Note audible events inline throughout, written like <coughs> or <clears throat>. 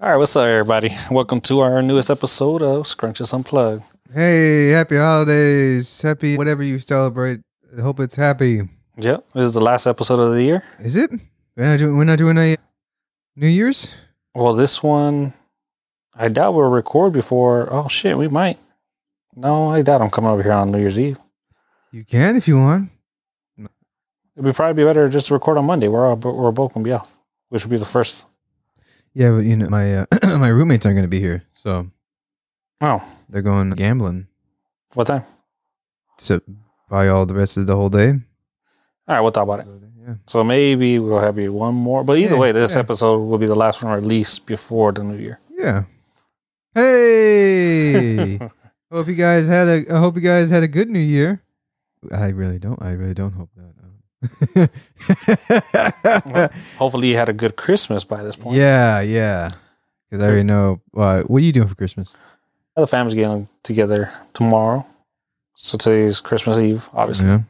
All right, what's up, everybody? Welcome to our newest episode of Scrunches Unplugged. Hey, happy holidays. Happy whatever you celebrate. I hope it's happy. Yep, this is the last episode of the year. Is it? We're not doing, we're not doing a New Year's? Well, this one, I doubt we'll record before. Oh shit, we might. No, I doubt I'm coming over here on New Year's Eve. You can if you want. It'd be probably be better just to record on Monday. We're all, we're both gonna be off, which would be the first. Yeah, but you know my uh, <clears throat> my roommates aren't going to be here, so Oh, they're going gambling. what time? So probably all the rest of the whole day. All right, we'll talk about it. Yeah. So maybe we'll have you one more, but either Yeah, way, this yeah. episode will be the last one released before the New Year. Yeah. Hey. hope you guys had a I hope you guys had a good New Year. I really don't. I really don't hope that. <laughs> <laughs> Hopefully, you had a good Christmas by this point. Yeah, yeah. Because I already know. Uh, what are you doing for Christmas? The family's getting together tomorrow. So today's Christmas Eve, obviously. Yeah.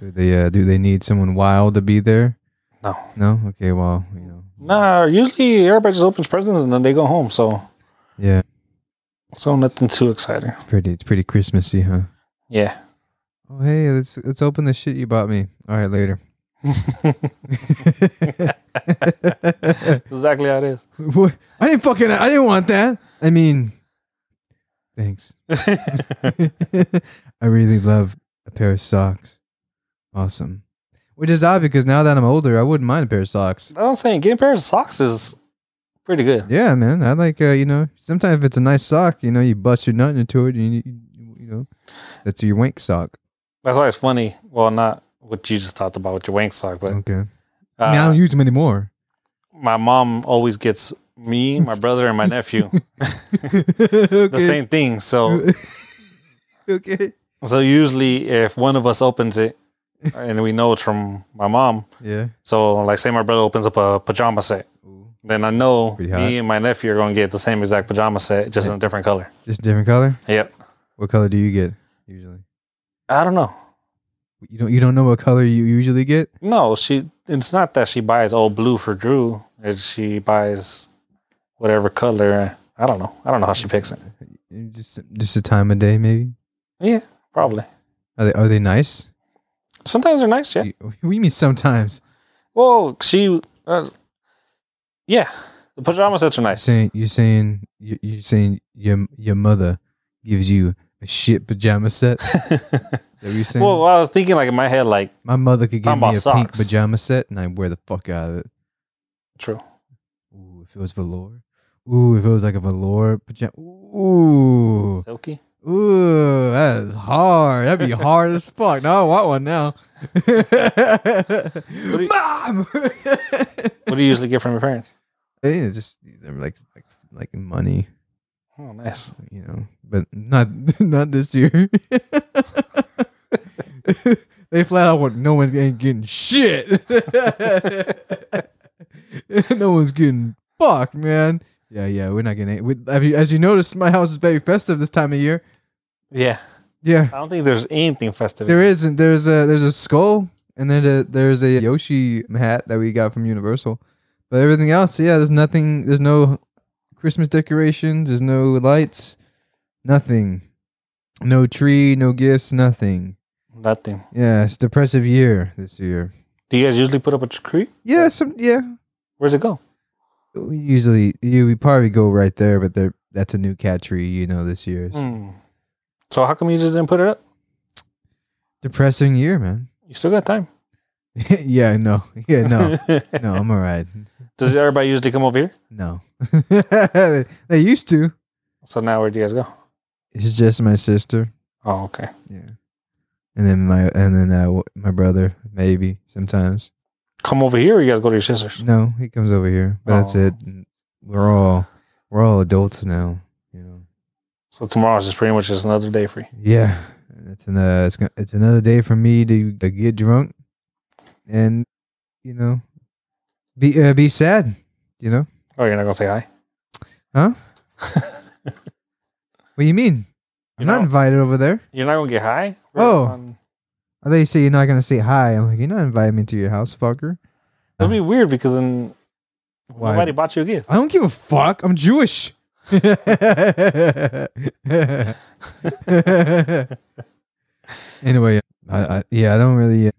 Do they uh, do they need someone wild to be there? No. No. Okay. Well, you know. Nah, usually everybody just opens presents and then they go home. So, Yeah. so nothing too exciting. It's pretty. It's pretty Christmassy, huh? Yeah. <laughs> Oh, hey. Let's let's open the shit you bought me. All right, later. <laughs> Exactly how it is. what? I didn't fucking. I didn't want that. I mean, thanks. <laughs> I really love a pair of socks. Awesome. Which is odd because now that I'm older, I wouldn't mind a pair of socks. <laughs> I'm saying getting a pair of socks is pretty good. Yeah, man. I like, uh, you know, sometimes if it's a nice sock, you know, you bust your nut into it and you, you, you know, that's your wank sock. That's why it's funny. Well, not what you just talked about with your wank sock, but Okay. I, mean, I uh, don't use them anymore. <laughs> my mom always gets me, my brother, and my nephew okay. <laughs> the same thing. So, <laughs> okay. so usually if one of us opens it, and we know it's from my mom, Yeah. so like say my brother opens up a pajama set, then I know Pretty hot. me and my nephew are going to get the same exact pajama set, just in a different color. Just different color. Yep. What color do you get usually? I don't know. You don't. You don't know what color you usually get. No, she. It's not that she buys all blue for Drew. It's she buys whatever color. I don't know. I don't know how she picks it. You Just just the time of day, maybe. Yeah, probably. Are they Are they nice? Sometimes they're nice. Yeah. You- <laughs> What do you mean sometimes? Well, she. Uh, yeah, the pajama sets are <laughs> You're nice. saying you're saying you- you're saying your your mother gives you a shit pajama set. Is that what you're saying? well, I was thinking like in my head, like My mother could give Talking me a about pink socks. pajama set, and I wear the fuck out of it. true. Ooh, if it was velour. Ooh, if it was like a velour pajama. Ooh, Silky. ooh, that is hard. That'd <laughs> be hard as fuck. Now I want one now. do you- <laughs> Mom. What do you usually get from your parents? Yeah, just like like like money, Oh, nice. you know, but not <laughs> not this year. <laughs> they flat out want no one's ain't getting shit. <laughs> no one's getting fucked, man. Yeah, yeah, we're not getting. We, have you, as you noticed, my house is very festive this time of year. Yeah, Yeah, I don't think there's anything festive. there is, and there's a there's a skull, and then a, there's a Yoshi hat that we got from Universal, but everything else, yeah, there's nothing. There's no Christmas decorations. There's no lights. Nothing. No tree. No gifts. Nothing. Nothing. Yeah, it's a depressive year this year. Do you guys usually put up a tree? Yeah, some yeah. Where's it go? We usually you we probably go right there, but there that's a new cat tree, you know, this year. Hmm. So how come you just didn't put it up? Depressing year, man. <laughs> You still got time. yeah, no. <laughs> Yeah, no. <laughs> no, I'm all right. Does everybody usually come over here? No. <laughs> they used to. So now where do you guys go? It's just my sister. Oh, okay. Yeah. And then my and then uh, w- my brother maybe sometimes. Come over here, or you guys go to your sisters. No, he comes over here. But that's Aw. it. We're all we're all adults now, you know. So tomorrow's just pretty much just another day for you. Yeah, it's an uh, it's gon- it's another day for me to uh, get drunk, and you know, be uh, be sad. You know Oh, you're not gonna say hi. what do you mean? I'm You not know- invited over there. You're not gonna get high. Oh. Um, I thought you said you're not gonna say hi. I'm like, you're not inviting me to your house, fucker. that'd be weird because then Why? Nobody bought you a gift. I don't give a fuck. I'm Jewish. anyway, I, I, yeah, I don't really.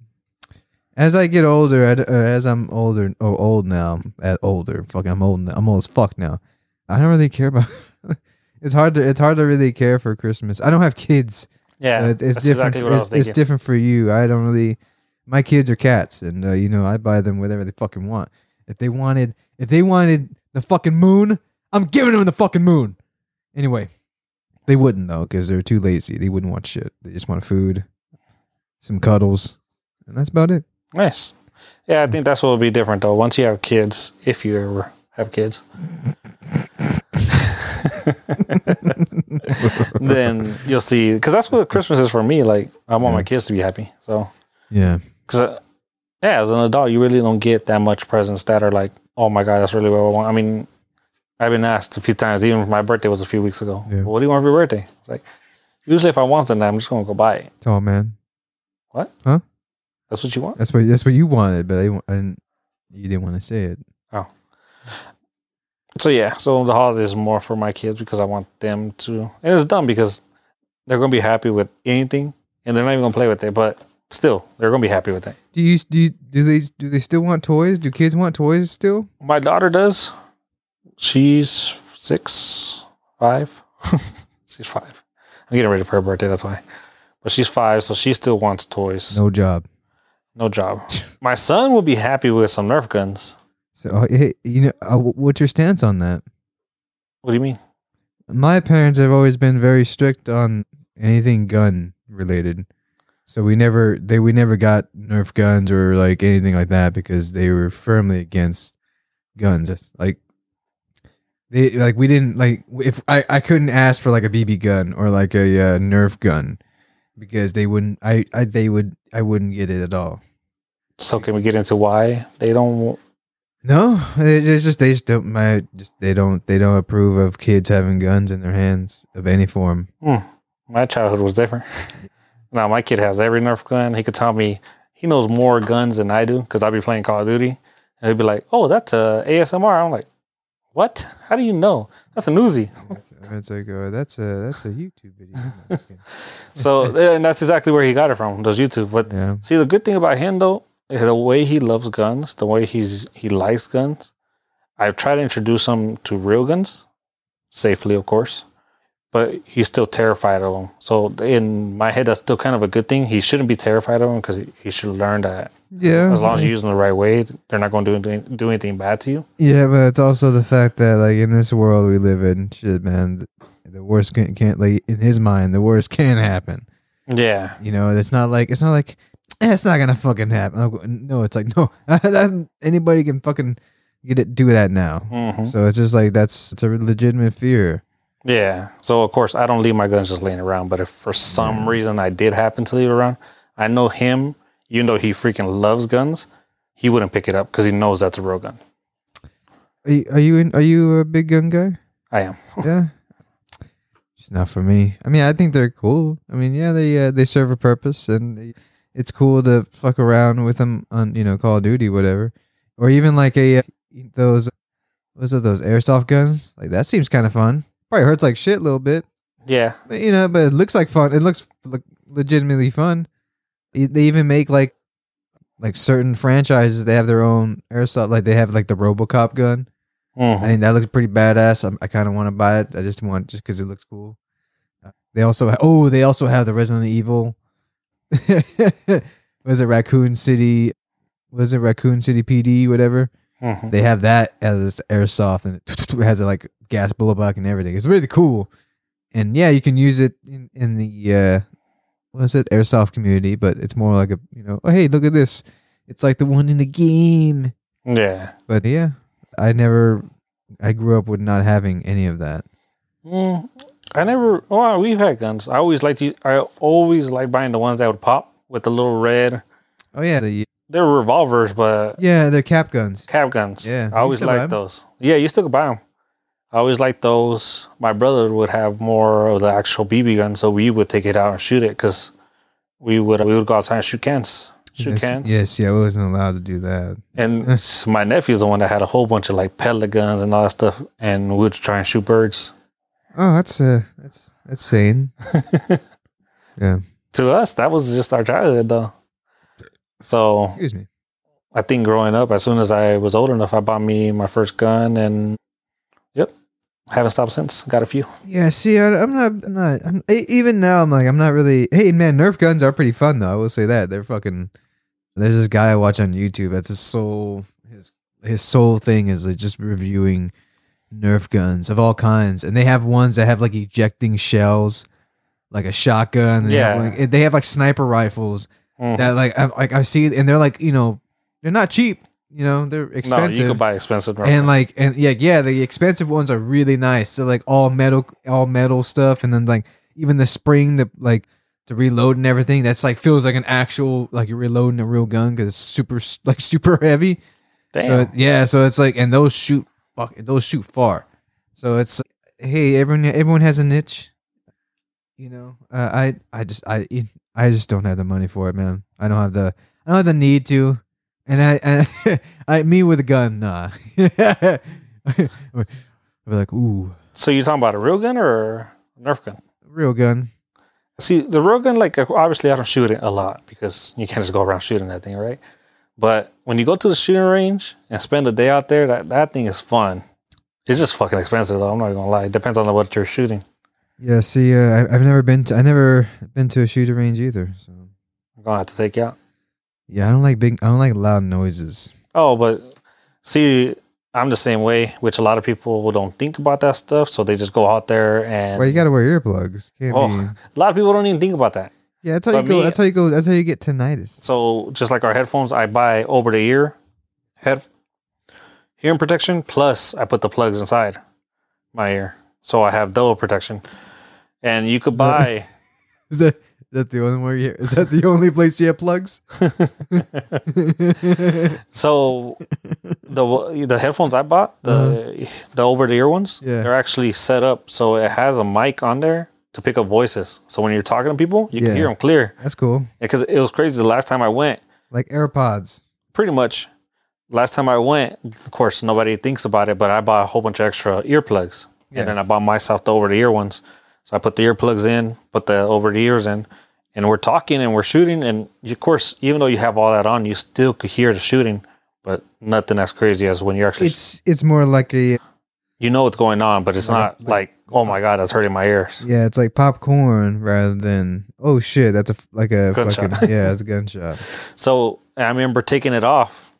As I get older, I d uh, as I'm older, oh, old now, at older, fucking, I'm old. Now, I'm old as fuck now. I don't really care about. <laughs> it's hard to. It's hard to really care for Christmas. I don't have kids. Yeah, Uh, it- it's that's different. exactly what I was it's, it's thinking. different for you. I don't really. My kids are cats, and uh, you know I buy them whatever they fucking want. If they wanted, if they wanted the fucking moon, I'm giving them the fucking moon. Anyway, they wouldn't though because they're too lazy. They wouldn't want shit. They just want food, some cuddles, and that's about it. nice. Yeah, I think that's what will be different though. Once you have kids, if you ever have kids, <laughs> then you'll see. Because that's what Christmas is for me. Like I want my Yeah. kids to be happy. So <laughs> Yeah, because yeah, as an adult, you really don't get that much presents that are like, oh my god, that's really what I want. I mean, I've been asked a few times. Even my birthday was a few weeks ago. Yeah. Well, what do you want for your birthday? It's like usually if I want something, I'm just gonna go buy it. tall man. That's what you want. That's what that's what you wanted, but I, didn't- I didn't. You didn't want to say it. So yeah, so the holidays is more for my kids because I want them to, and it's dumb because they're gonna be happy with anything, and they're not even gonna play with it, but still, they're gonna be happy with it. Do you do you, do they do they still want toys? Do kids want toys still? My daughter does. She's six, five. <laughs> she's five. I'm getting ready for her birthday. That's why. But she's five, so she still wants toys. No, No job. job. my son will be happy with some Nerf guns. So uh, hey, you know, uh, wh- what's your stance on that? What do you mean? My parents have always been very strict on anything gun related. So we never they we never got Nerf guns or like anything like that because they were firmly against guns. It's Like they like we didn't like if I I couldn't ask for like a BB gun or like a uh, Nerf gun because they wouldn't I I they would I wouldn't get it at all. So can we get into why they don't? wa- No, it- it's just they just don't. My just they don't they don't approve of kids having guns in their hands of any form. My childhood was different. <laughs> now my kid has every Nerf gun. He could tell me he knows more guns than I do because I'd be playing Call of Duty, and he'd be like, "Oh, that's a ASMR." I'm like, "What? How do you know? That's an Uzi." It's like oh, that's a that's a YouTube video. So, and that's exactly where he got it from. Does YouTube? But yeah, see, the good thing about him though, is the way he loves guns, the way he's he likes guns. I've tried to introduce him to real guns, safely, of course, but he's still terrified of them. So in my head, that's still kind of a good thing. He shouldn't be terrified of them because he, he should learn that yeah. as long as you use them the right way, they're not going to do anything, do anything bad to you. yeah, but it's also the fact that like in this world we live in, shit, man, the worst can, can't like in his mind the worst can happen. Yeah, You know, it's not like it's not like eh, it's not gonna fucking happen. I'll go- No, it's like no, <laughs> that, anybody can fucking get it do that now. hmm So it's just like that's it's a legitimate fear. yeah. So of course, I don't leave my guns just laying around. But if for some reason I did happen to leave it around, I know him. Even though he freaking loves guns, he wouldn't pick it up because he knows that's a real gun. Are you, are you in, are you a big gun guy? I am. <laughs> yeah. It's not for me. I mean, I think they're cool. I mean, yeah, they uh, they serve a purpose, and they- it's cool to fuck around with them on you know Call of Duty, whatever, or even like a uh, those what's it, those airsoft guns. Like that seems kind of fun. Probably hurts like shit a little bit, Yeah, but, you know, but it looks like fun. It looks like, legitimately fun. E- They even make like like certain franchises. They have their own airsoft. Like they have like the RoboCop gun. I Mhm. think that looks pretty badass. I'm, I kind of want to buy it. I just want just because it looks cool. Uh, They also ha- oh they also have the Resident Evil. <laughs> was it Raccoon City? Was it Raccoon City PD? Whatever Mhm. they have that as airsoft and it has a like gas blowback and everything. It's really cool. And yeah, you can use it in, in the uh, what is it airsoft community, but it's more like a you know oh hey look at this, it's like the one in the game. yeah. But yeah, I never, I grew up with not having any of that. Mm, I never. Well, we've had guns. I always liked you. I always liked buying the ones that would pop with the little red. Oh yeah, the, They're revolvers, but yeah, they're cap guns. Cap guns. Yeah, I you always still buy liked 'em. those. Yeah, you still could buy them. I always liked those. My brother would have more of the actual BB gun, so we would take it out and shoot it because we would we would go outside and shoot cans, shoot yes, cans. Yes, yeah, I wasn't allowed to do that. <laughs> And s- my nephew's the one that had a whole bunch of like pellet guns and all that stuff, and we would try and shoot birds. Oh, that's uh, that's that's <laughs> sane. yeah. To us, that was just our childhood, though. So Excuse me. I think growing up, as soon as I was old enough, I bought me my first gun, and yep, haven't stopped since. Got a few. Yeah. See, I, I'm not. I'm not. I'm, e- even now, I'm like, I'm not really. Hey, man, Nerf guns are pretty fun, though. I will say that they're fucking. There's this guy I watch on YouTube. That's his sole. His his sole thing is like just reviewing Nerf guns of all kinds, and they have ones that have like ejecting shells, like a shotgun. They have, Yeah. like, they have like sniper rifles. Mhm. that like I like I see and they're like you know they're not cheap you know they're expensive No, you could buy expensive rubber bands. and like and yeah yeah the expensive ones are really nice they're like all metal all metal stuff and then like even the spring the like to reload and everything that's like feels like an actual like you're reloading a real gun because it's super s- like super <laughs> heavy so damn, it- yeah so it's like and those shoot fuck those shoot far so it's like, hey everyone everyone has a niche you know uh, i i just i e, i just don't have the money for it man i don't have the i don't have the need to and i i, <laughs> I me with a gun nah <laughs> i'd be like ooh so you're talking about a real gun or a Nerf gun? real gun See, the real gun, like obviously, I don't shoot it a lot because you can't just go around shooting that thing, right? But when you go to the shooting range and spend a day out there, that, that thing is fun. It's just fucking expensive, though. I'm not even gonna lie. It depends on what you're shooting. yeah see uh, I, i've never been to i never been to a shooter range either so I'm gonna have to take you out. yeah i don't like big i don't like loud noises Oh, but see, I'm the same way, which a lot of people don't think about that stuff, so they just go out there and well you gotta wear earplugs can't be oh, a lot of people don't even think about that. Yeah, that's how But you go. me- that's how you go. That's how you get tinnitus. So just like our headphones, I buy over the ear head hearing protection. Plus, I put the plugs inside my ear, so I have double protection. And you could buy Is that is that the only where you, is that the only place you <laughs> have plugs? <laughs> <laughs> so the the headphones I bought the the over the ear ones. Uh-huh. Yeah. they're actually set up so it has a mic on there to pick up voices. So when you're talking to people, you Yeah. can hear them clear. that's cool. Because it was crazy the last time I went. Like AirPods. pretty much last time I went, of course, nobody thinks about it, but I bought a whole bunch of extra earplugs. Yeah. And then I bought myself the over the ear ones. So I put the earplugs in, put the over the ears in, and we're talking and we're shooting. And you- of course, even though you have all that on, you still could hear the shooting, but nothing as crazy as when you're actually, It's it's more like a you know what's going on, but it's Like- not like, oh my God, that's hurting my ears. yeah, it's like popcorn rather than oh shit, that's a f- like a Gunshot. fucking yeah, it's a gunshot. So I remember taking it off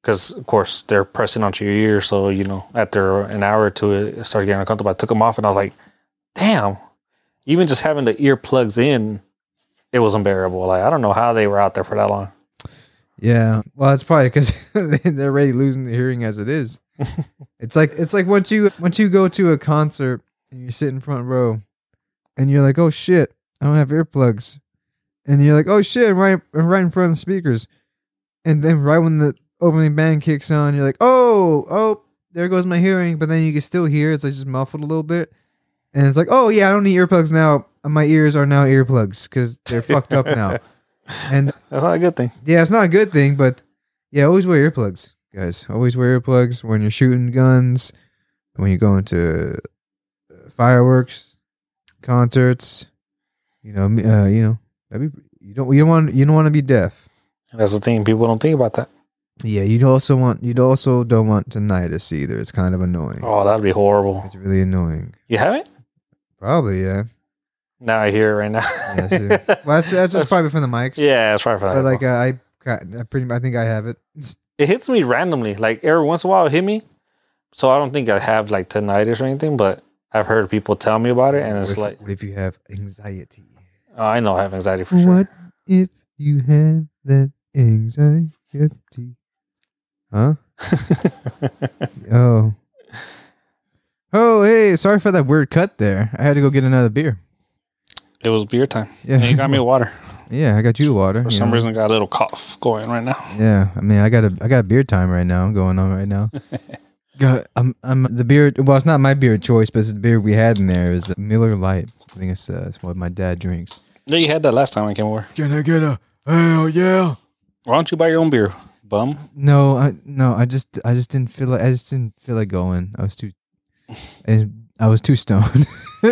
because, of course, they're pressing onto your ear. So, you know, after an hour or two, it started getting uncomfortable. I took them off and I was like, damn, even just having the earplugs in, it was unbearable. Like, I don't know how they were out there for that long. Yeah, well, it's probably because <laughs> they're already losing the hearing as it is. it's like it's like once you once you go to a concert and you sit in front row, and you're like, oh shit, I don't have earplugs, and you're like, oh shit, I'm right I'm right in front of the speakers, and then right when the opening band kicks on, you're like, oh oh, there goes my hearing, but then you can still hear it's like just muffled a little bit, and it's like, oh yeah, I don't need earplugs now. My ears are now earplugs because they're fucked up now, and That's not a good thing. yeah, it's not a good thing, but yeah, always wear earplugs, guys. Always wear earplugs when you're shooting guns, when you go into uh, fireworks, concerts. You know, me- uh, you know, that'd be, you don't you don't want you don't want to be deaf. And that's the thing. People don't think about that. Yeah, you'd also want you'd also don't want tinnitus either. It's kind of annoying. Oh, that'd be horrible. It's really annoying. You haven't? Probably yeah. Now I hear it right now. Yeah, I see. Well, <laughs> that's, that's just probably from the mics. yeah, that's right for that. but like uh, I, got- I pretty I think I have it. it hits me randomly. Like every once in a while, it hit me. So I don't think I have like tinnitus or anything, but I've heard people tell me about it, and What it's if- like what if you have anxiety? oh, I know I have anxiety for sure. What if you had that anxiety? <laughs> Huh? Oh. Oh, hey, sorry for that weird cut there. I had to go get another beer. it was beer time. Yeah. And you got me water. <laughs> yeah, I got you water. For you some know. reason, I got a little cough going right now. Yeah, I mean, I got a I got beer time right now going on <laughs> right now. God, I'm I'm the beer. Well, it's not my beer choice, but it's the beer we had in there is Miller Lite. I think it's uh, it's what my dad drinks. Yeah, you had that last time I came over. Can I get a hell yeah? Why don't you buy your own beer, bum? No, I no, I just I just didn't feel like I just didn't feel like going. I was too I, I was too stoned. <laughs>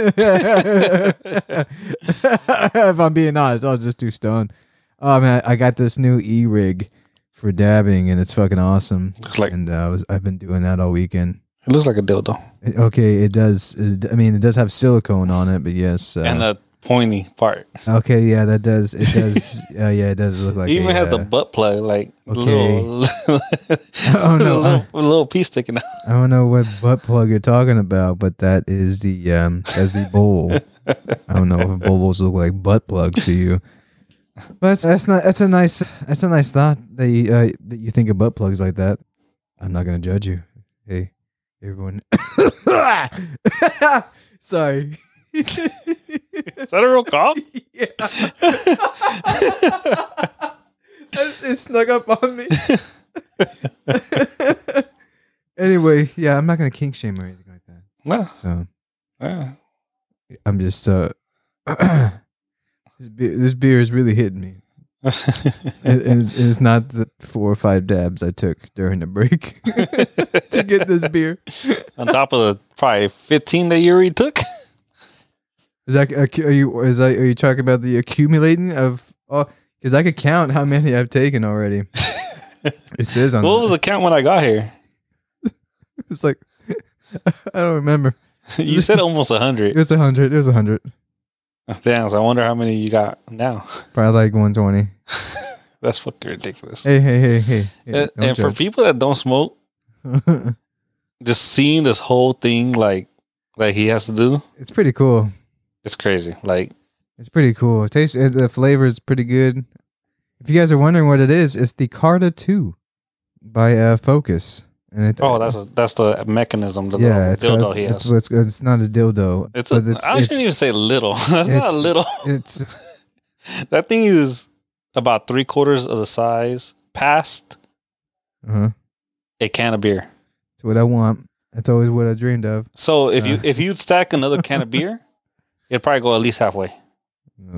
if I'm being honest, I was just too stoned. Oh man, I got this new e rig for dabbing, and it's fucking awesome. Looks like And uh, I was I've been doing that all weekend. it looks like a dildo, It- okay, it does. It, I mean, it does have silicone on it, but yes. Uh, and the pointy part. okay, yeah, that <laughs> does. It does. uh, yeah, it does look like. It even a, has the uh, butt plug, like Okay. little, <laughs> <laughs> Oh, no, little, little piece sticking out. <laughs> I don't know what butt plug you're talking about, but that is the um that's the bowl. I don't know if bowls look like butt plugs to you. But that's, that's not that's a nice that's a nice thought that you uh, that you think of butt plugs like that. I'm not gonna judge you. Hey, everyone. <laughs> Sorry. <laughs> Is that a real cough? Yeah. it snuck up on me. <laughs> anyway, yeah, I'm not gonna kink shame or anything like that. no. So Yeah. <laughs> <laughs> I'm just uh, <clears throat> this, beer, this beer is really hitting me. It- it's, it's not the four or five dabs I took during the break <laughs> to get this beer. On top of the probably 15 that you already <laughs> took. Is that accu- are you is that are you talking about the accumulating of? Oh, because I could count how many I've taken already. it says on What was the count when I got here? <laughs> It's like <laughs> I don't remember. You said almost It <laughs> 100. was a hundred. It was a hundred. Damn, so I wonder how many you got now. <laughs> Probably like one twenty. That's fucking ridiculous. Hey, hey, hey, hey. hey and Uh, and for people that don't smoke, people, just seeing this whole thing like like he has to do, <laughs> it's pretty cool. it's crazy. Like It's pretty cool. It tastes. It, the flavor is pretty good. If you guys are wondering what it is, it's the Carta Two by uh, Focus, and it's oh, that's that's the mechanism, the yeah, it's little dildo it's, he it's, has. what's- it's not a dildo. It's, but a, I shouldn't even say little. <laughs> That's not a it's- little. it's <laughs> that thing is about three quarters of the size past uh-huh. a can of beer. it's what I want. That's always what I dreamed of. So if you Uh. if you'd stack another can of beer, it'd probably go at least halfway.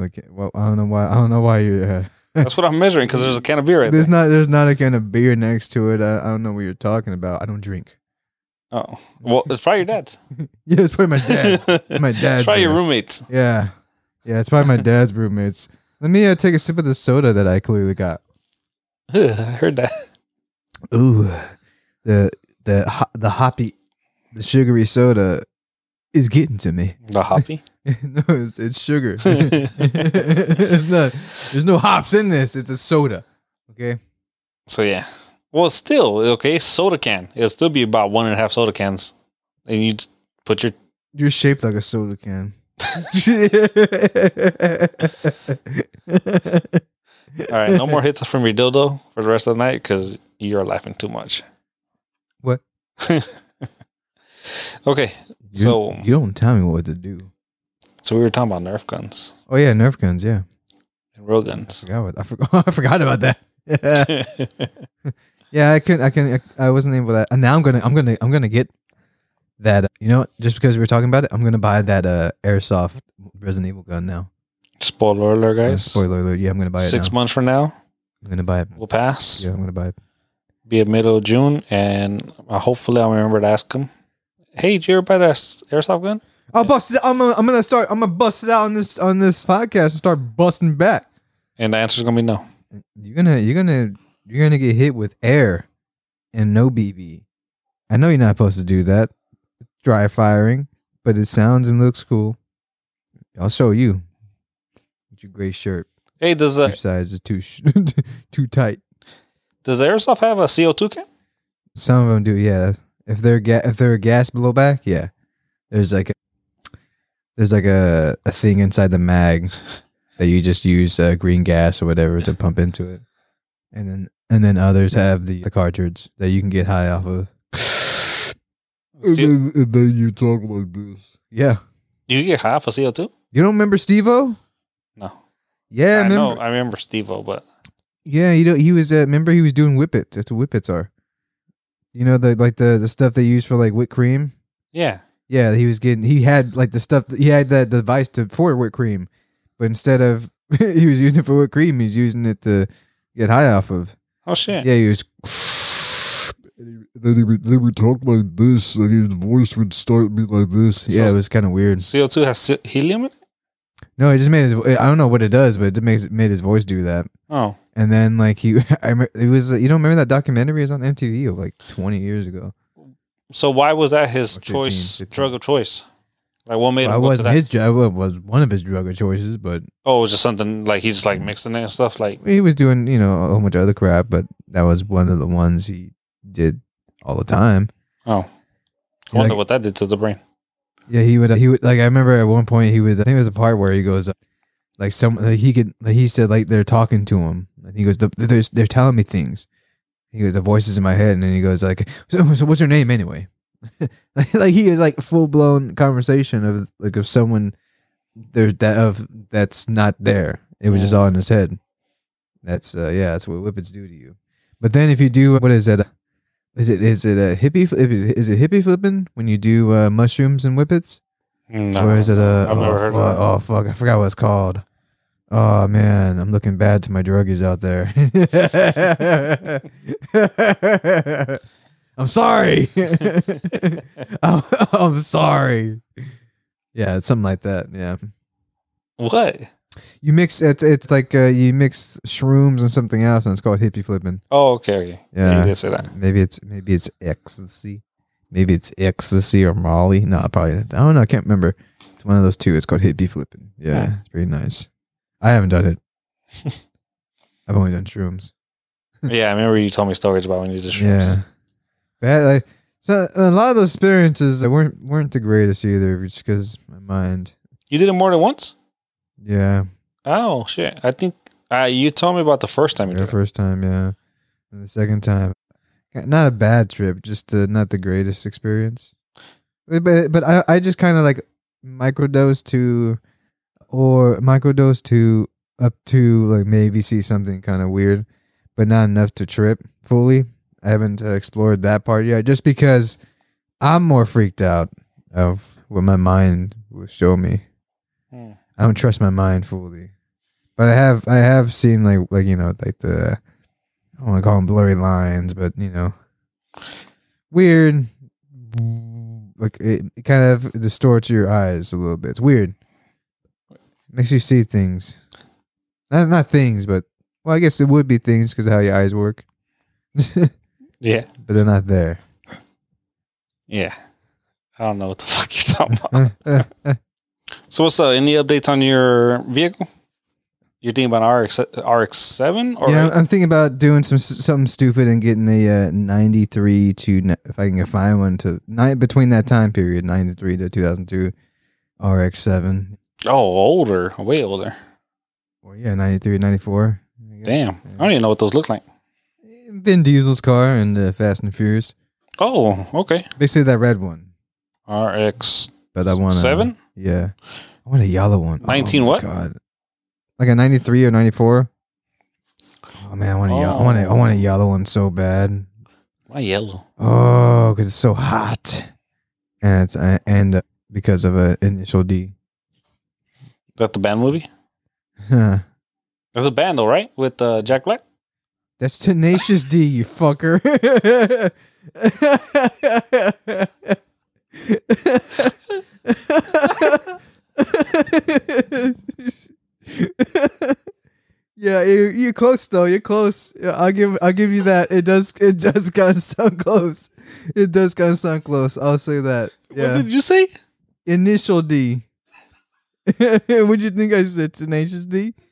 Okay, well, I don't know why. I don't know why you. Uh, That's what I'm measuring because there's a can of beer right there's there. not there's not a can of beer next to it. I, I don't know what you're talking about. I don't drink. <laughs> Oh, well, it's probably your dad's. Yeah, it's probably my <laughs> dad's. <laughs> my dad's. Try your beer. roommates. Yeah, yeah, it's probably my dad's roommates. Let me uh, take a sip of the soda that I clearly got. Ugh, I heard that. Ooh, the the ho- the hoppy, the sugary soda is getting to me. <laughs> The hoppy. no, it's, it's sugar. <laughs> it's not. There's no hops in this. It's a soda. Okay. So yeah. Well, still okay. Soda can. It'll still be about one and a half soda cans, and you just put your You're shaped like a soda can. <laughs> all right. No more hits from your dildo for the rest of the night because you're laughing too much. What? <laughs> Okay, You- So- you don't tell me what to do. so we were talking about Nerf guns Oh yeah, Nerf guns. Yeah, and real I guns. forgot. What, I forgot. <laughs> I forgot about that. <laughs> Yeah, <laughs> yeah. I couldn't. I can. I wasn't able to. And now I'm gonna. I'm gonna. I'm gonna get that. uh, You know, what? just because we were talking about it, I'm gonna buy that uh, airsoft Resident Evil gun now. Spoiler alert, Uh, guys. Spoiler alert. Yeah, I'm gonna buy it. Six now. months from now, I'm gonna buy it. we'll pass. Yeah, I'm gonna buy it. Be it middle of June, and uh, hopefully I'll remember to ask him. Hey, did you ever buy that s- airsoft gun? I'll bust it. I'm gonna, I'm gonna start. I'm gonna bust it out on this on this podcast and start busting back. And the answer's gonna be no. You're gonna you're gonna you're gonna get hit with air and no BB. I know you're not supposed to do that. Dry firing, but it sounds and looks cool. I'll show you. With your gray shirt, Hey, does uh, your the size is too sh- <laughs> too tight. does the airsoft have a CO two <laughs> can? Some of them do, yeah. If they're ga- if they're a gas blowback, yeah. There's like a, there's like a, a thing inside the mag <laughs> that you just use uh, green gas or whatever to pump into it, and then and then others have the, the cartridge that you can get high off of. CO- then, then you talk like this. Yeah, you get half a CO two? you don't remember Stevo? No. Yeah, I remember, know. I remember Steve-O, but Yeah, you know he was. Uh, remember he was doing whippets. That's what whippets are. You know the like the the stuff they use for like whipped cream. yeah, Yeah, he was getting. He had like the stuff. He had that <laughs> device to for whipped cream, but instead of he was using it for whipped cream, he's using it to get high off of. Oh shit! Yeah, he was And he- then he would, they would talk like this, and his voice would start be like this. yeah, it was kind of weird. CO two has si- helium. in it? No, it just made his. vo- I don't know what it does, but it makes it made his voice do that. Oh, And then like he, <laughs> I remember, it was you don't remember that documentary it was on MTV of like twenty years ago. so why was that his Or 15, choice 15. drug of choice? Like what made I him go to wasn't that? his drug. Well, it was one of his drug choices, but oh, it was just something like he just like mixing it and stuff. Like he was doing you know a whole bunch of other crap. But that was one of the ones he did all the time. oh, I Yeah, wonder like- what that did to the brain. Yeah, he would. He would like. I remember at one point he was. I think it was a part where he goes, like some. Like he could. Like he said, like they're talking to him. And he goes, "The- they're they're telling me things. He goes, the voices in my head, and then he goes, like, so, so what's your name anyway? <laughs> like, like he is like full blown conversation of like of someone there that of that's not there. It was just all in his head. That's uh yeah. That's what whippets do to you. But then if you do what is it? Is it is it a hippie? fl- Is it- is it hippie flipping when you do uh, mushrooms and whippets? No, or is it a? I've oh, never heard fuck, of Oh fuck! I forgot what it's called. Oh man, I'm looking bad to my druggies out there. <laughs> I'm sorry. <laughs> I'm, I'm sorry. Yeah, it's something like that. Yeah, What? you mix it's it's like uh, you mix shrooms and something else, and it's called hippie flipping. Oh, okay. okay. Yeah. you did say that. Maybe it's maybe it's ecstasy. Maybe it's ecstasy or Molly. No, probably. I don't know. I can't remember. It's one of those two. It's called hippie flipping. Yeah, Hmm. it's pretty nice. I haven't done it. I've only done shrooms. Yeah, I remember you told me stories about when you did shrooms. Yeah, but like so a lot of those experiences that weren't weren't the greatest either, just because my mind. You did it more than once? Yeah, Oh, shit. I think uh, you told me about the first time you the did it. first time. Yeah, and the second time, not a bad trip, just uh, not the greatest experience. But but, but I I just kind of like microdose to, or microdose to up to like maybe see something kind of weird, but not enough to trip fully. I haven't uh, explored that part yet, just because I'm more freaked out of what my mind will show me. Hmm. I don't trust my mind fully, but I have I have seen like like you know like the I don't want to call them blurry lines, but you know weird like it, it kind of distorts your eyes a little bit. It's weird. Makes you see things, not not things, but well, I guess it would be things because of how your eyes work, <laughs> but Yeah. they're not there. <laughs> Yeah. I don't know what the <laughs> fuck you're talking <laughs> about. So, what's up? Any updates on your vehicle? You're thinking about an RX, RX7? Or yeah, I'm- I'm thinking about doing some something stupid and getting a uh, 93 to ni- if I can find one to nine between that time period 93 to 2002 RX7 Oh, older. Way older. or yeah 93 94. I guess. Damn. I don't even know what those look like. Vin Diesel's car and uh, Fast and Furious, Oh, okay. basically that red one, uh, RX7? but I want Yeah, I want a yellow one. Oh 19 my what? God, like a 93 or 94. Oh man, I want a yellow. I want a, I want a yellow one so bad. Why yellow? Oh, because it's so hot, and it's uh, and uh, because of uh, initial D. Is that the band movie? Huh. There's a band, though, right? With uh, Jack Black? That's tenacious D, you fucker. yeah, you you're close though. You're close. Yeah, I'll give I'll give you that. It does it does kind of sound <laughs> close. It does kind of sound close. I'll say that. Yeah. What did you say? Initial D. <laughs> Would you think I said tenacious D? <laughs>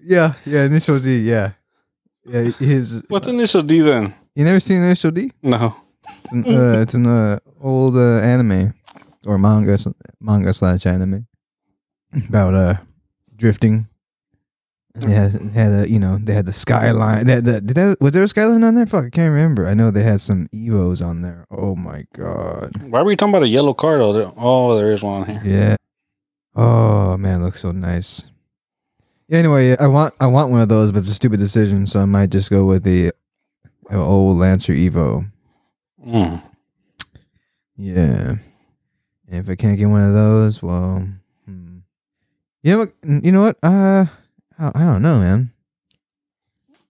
yeah, yeah, initial D, yeah. Yeah, his What's initial D then? you never seen initial D? No. It's an, uh, it's an uh, old uh, anime or manga s- manga slash anime about uh drifting. And They had, had a you know they had the skyline. They had the, did that was there a skyline on there? Fuck, I can't remember. I know they had some Evos on there. Oh my god, Why were you talking about a yellow car though? There- Oh, there is one on here. yeah. Oh man, it looks so nice. Yeah, anyway, I want I want one of those, but it's a stupid decision, so I might just go with the uh, old Lancer Evo. Mm. Yeah. And if I can't get one of those, well, hmm. you know what? You know what? Uh, I, I don't know, man.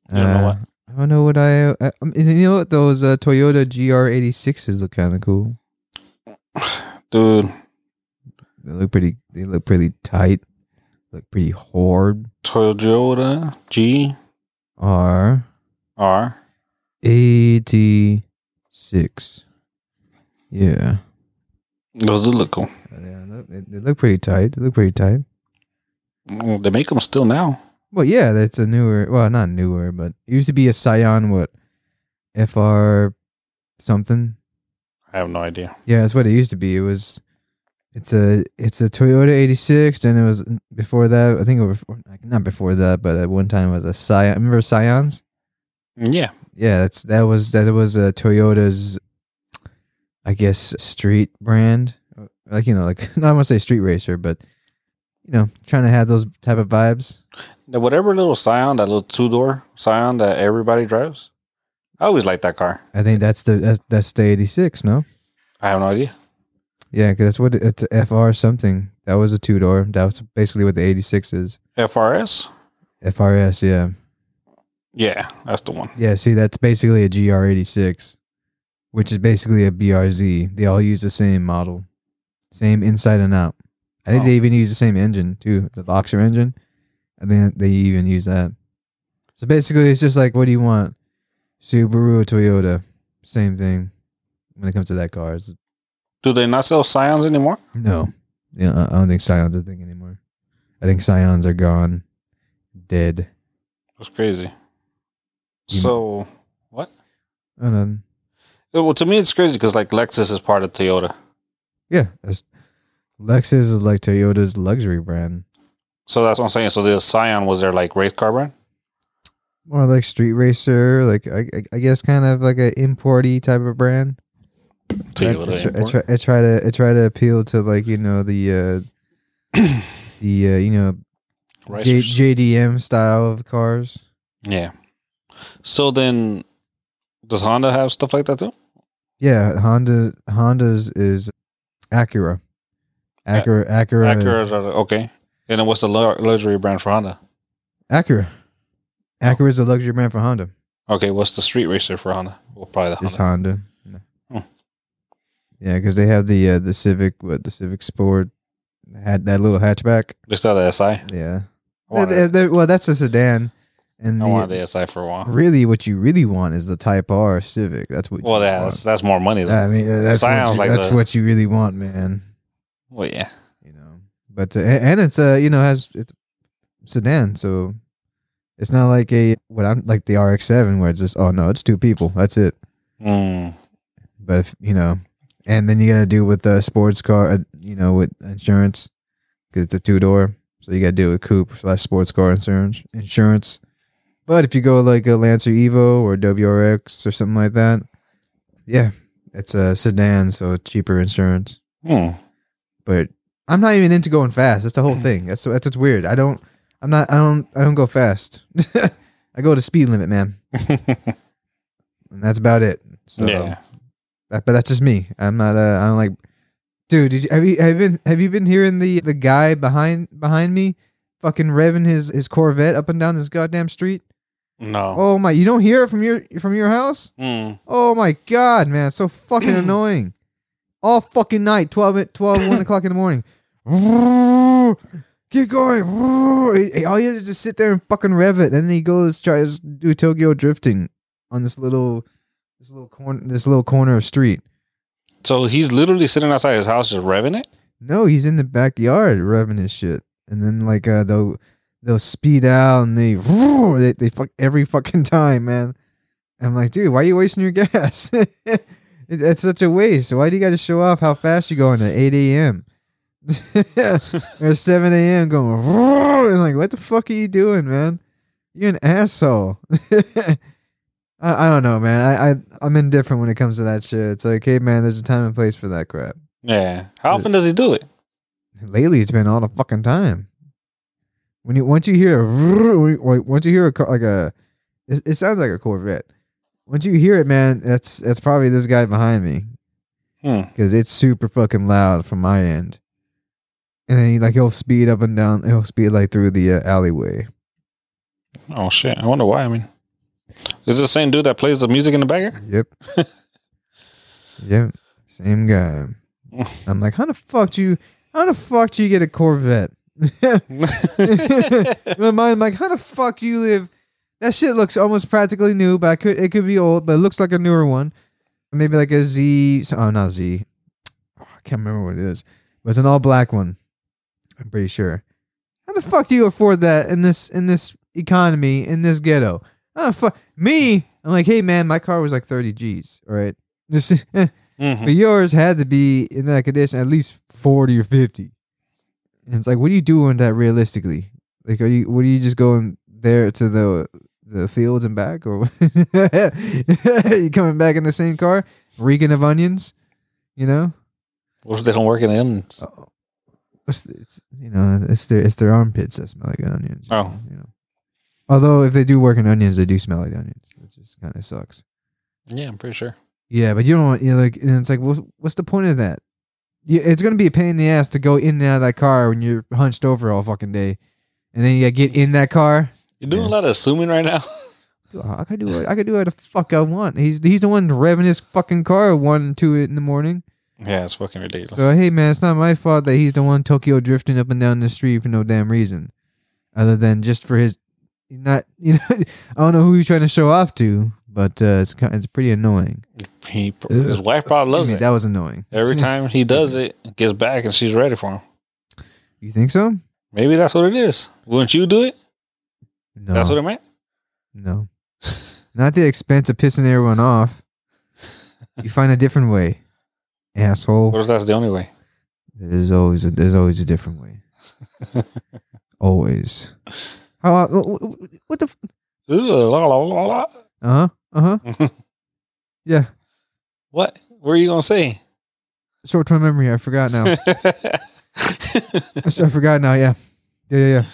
You don't know Uh, what? I don't know what I. I um, you know what? Those uh, Toyota GR86s look kind of cool. Dude, They look pretty. They look pretty tight. Look pretty hard. Toyota G R R. eighty six. Yeah. Those do look cool. Yeah. look- They, they look pretty tight. They look pretty tight. Mm, They make them still now. Well, yeah, that's a newer. Well, not newer, but it used to be a Scion. What FR something? I have no idea. Yeah, that's what it used to be. It was. It's a it's a Toyota eighty six, and it was before that. I think it was before, not before that, but at one time it was a Scion. Remember Scions? Yeah. Yeah, that's that was that was a Toyota's, I guess, street brand. Like you know, like <laughs> not I want to say street racer, but you know, trying to have those type of vibes. Now, whatever little Scion, that little two door Scion that everybody drives, I always like that car. I think that's the that's, that's the eighty six. No. I have no idea. Yeah, 'cause that's what it's a FR something. That was a two door. That was basically what the 86 is. FRS? FRS, yeah. Yeah, that's the one. Yeah, see, that's basically a GR86, which is basically a BRZ. They all use the same model, same inside and out. I think Oh. they even use the same engine, too, the boxer engine. I think they even use that. So basically, it's just like, what do you want? Subaru or Toyota? Same thing when it comes to that car. It's- Do they not sell Scions anymore? No. Yeah, I- I don't think Scion's a thing anymore. I think Scions are gone, dead. That's crazy. You- So, Oh no. well, to me, it's crazy because like Lexus is part of Toyota. Yeah, that's, Lexus is like Toyota's luxury brand, So that's what I'm saying. So the Scion was their like race car brand. more like street racer, like I, I- I guess kind of like an importy type of brand. I, I, Toyota. try, I, import. try, I try to I try to appeal to like you know the <coughs> uh, the uh, you know J, Racers. JDM style of cars. yeah. So then, does Honda have stuff like that too? Yeah, Honda Honda's is Acura, A- Acura Acura is- Acura. Okay. And then what's the lu- luxury brand for Honda? Acura. Oh. Acura is a luxury brand for Honda. Okay, what's the street racer for Honda? Well, probably the It's Honda. Honda. Yeah. Hmm. Yeah, because they have the uh, the Civic, what the Civic Sport had that little hatchback. Just out of SI. I Yeah, wanted, They- they- well, that's a sedan, and I the- wanted the SI for a while. really what you really want is the Type R Civic. That's what. Well, you yeah, that's, want. that's more money though. I mean, uh, that's Sounds what you, like that's the- what you really want, man. Well, yeah. You know, but uh, and and it's uh, you know has it's sedan, so it's not like a what I'm like the RX-7 where it's just oh no, it's two people, that's it. Mm, but if, you know, and then you got to deal with the sports car, uh, you know, with insurance because it's a two door, so you got to deal with coupe slash sports car insurance. Insurance, but if you go like a Lancer Evo or WRX or something like that, yeah, it's a sedan, so cheaper insurance. mm. But I'm not even into going fast. That's the whole thing. That's that's what's weird. I don't. I'm not. I don't. I don't go fast. <laughs> I go to speed limit, man, and that's about it. So. yeah. That, but that's just me. I'm not. Uh, I don't like. Dude, did you, have you have you been have you been hearing the the guy behind behind me, fucking revving his his Corvette up and down this goddamn street? No. Oh my! You don't hear it from your from your house? Mm. Oh my god, man! It's so fucking annoying. All fucking night, 12, at 12 1 o'clock in the morning. Keep going. All he does is just sit there and fucking rev it, and then he goes tries to do Tokyo drifting on this little this little corner this little corner of street. So he's literally sitting outside his house just revving it. No, he's in the backyard revving his shit, and then like uh, they'll they'll speed out and they <laughs> they they fuck every fucking time, man. I'm like, dude, why are you wasting your <laughs> gas? it, it's such a waste. Why do you got to show off how fast you're going at 8 a.m. <laughs> or 7 a.m. going <laughs> and like, what the fuck are you doing, man? You're an asshole. <laughs> I, I don't know, man. I, I I'm indifferent when it comes to that shit. It's like, hey, man, there's a time and place for that crap. Yeah. How often does he do it? Lately, it's been all the fucking time. When you once you hear a vroom, like, once you hear a car, like a it, it sounds like a Corvette. Once you hear it, man, that's that's probably this guy behind me. Hmm. because it's super fucking loud from my end. And then he like he'll speed up and down. He'll speed like through the uh, alleyway. Oh shit! I wonder why. I mean, is this the same dude that plays the music in the background? <laughs> Yep. yep. Same guy. I'm like, how the fuck do you? How the fuck do you get a Corvette? <laughs> In my mind, I'm like, how the fuck do you live? That shit looks almost practically new, but I could it could be old, but it looks like a newer one. Maybe like a Z. Oh, not Z. Oh, I can't remember what it is. But it's an all black one. I'm pretty sure. How the fuck do you afford that in this in this economy in this ghetto? How the fuck me? I'm like, hey man, my car was like 30 G's. All right, <laughs> this eh, Mhm. <laughs> but yours had to be in that condition at least 40 or 50. And it's like, what are you doing that realistically? Like, are you, what are you just going there to the, the fields and back? Or <laughs> you coming back in the same car, reeking of onions, you know? What if they don't work in the end? It's, it's, you know, it's their, it's their armpits that smell like onions. you Oh. know, You know? Although if they do work in onions, they do smell like onions. It just kind of sucks. Yeah, I'm pretty sure. Yeah, but you don't want you know, like, and it's like, well, what's the point of that? Yeah, it's gonna be a pain in the ass to go in and out of that car when you're hunched over all fucking day, and then you gotta get in that car. You're doing Yeah. a lot of assuming right now. <laughs> Dude, I could do what I could do what the fuck I want. He's he's the one revving his fucking car at one and two in the morning. yeah, it's fucking ridiculous. So hey man, it's not my fault that he's the one Tokyo drifting up and down the street for no damn reason, other than just for his not <laughs> you know I don't know who he's trying to show off to, but uh, it's kind it's pretty annoying. he, his wife probably loves Excuse me, it. That was annoying <laughs> Every time he does it, it gets back and she's ready for him. You think so? Maybe that's what it is. Wouldn't you do it? No. That's what it meant. No. Not at the expense of pissing everyone off. <laughs> You find a different way, asshole. What if that's the only way? There's always a, there's always a different way. <laughs> always. How? uh, What the? Ooh, la, la, la, la. Uh huh. Uh <laughs> huh. yeah. What? What are you gonna say? Short term memory. I forgot now. <laughs> I forgot now. Yeah. Yeah. Yeah. yeah.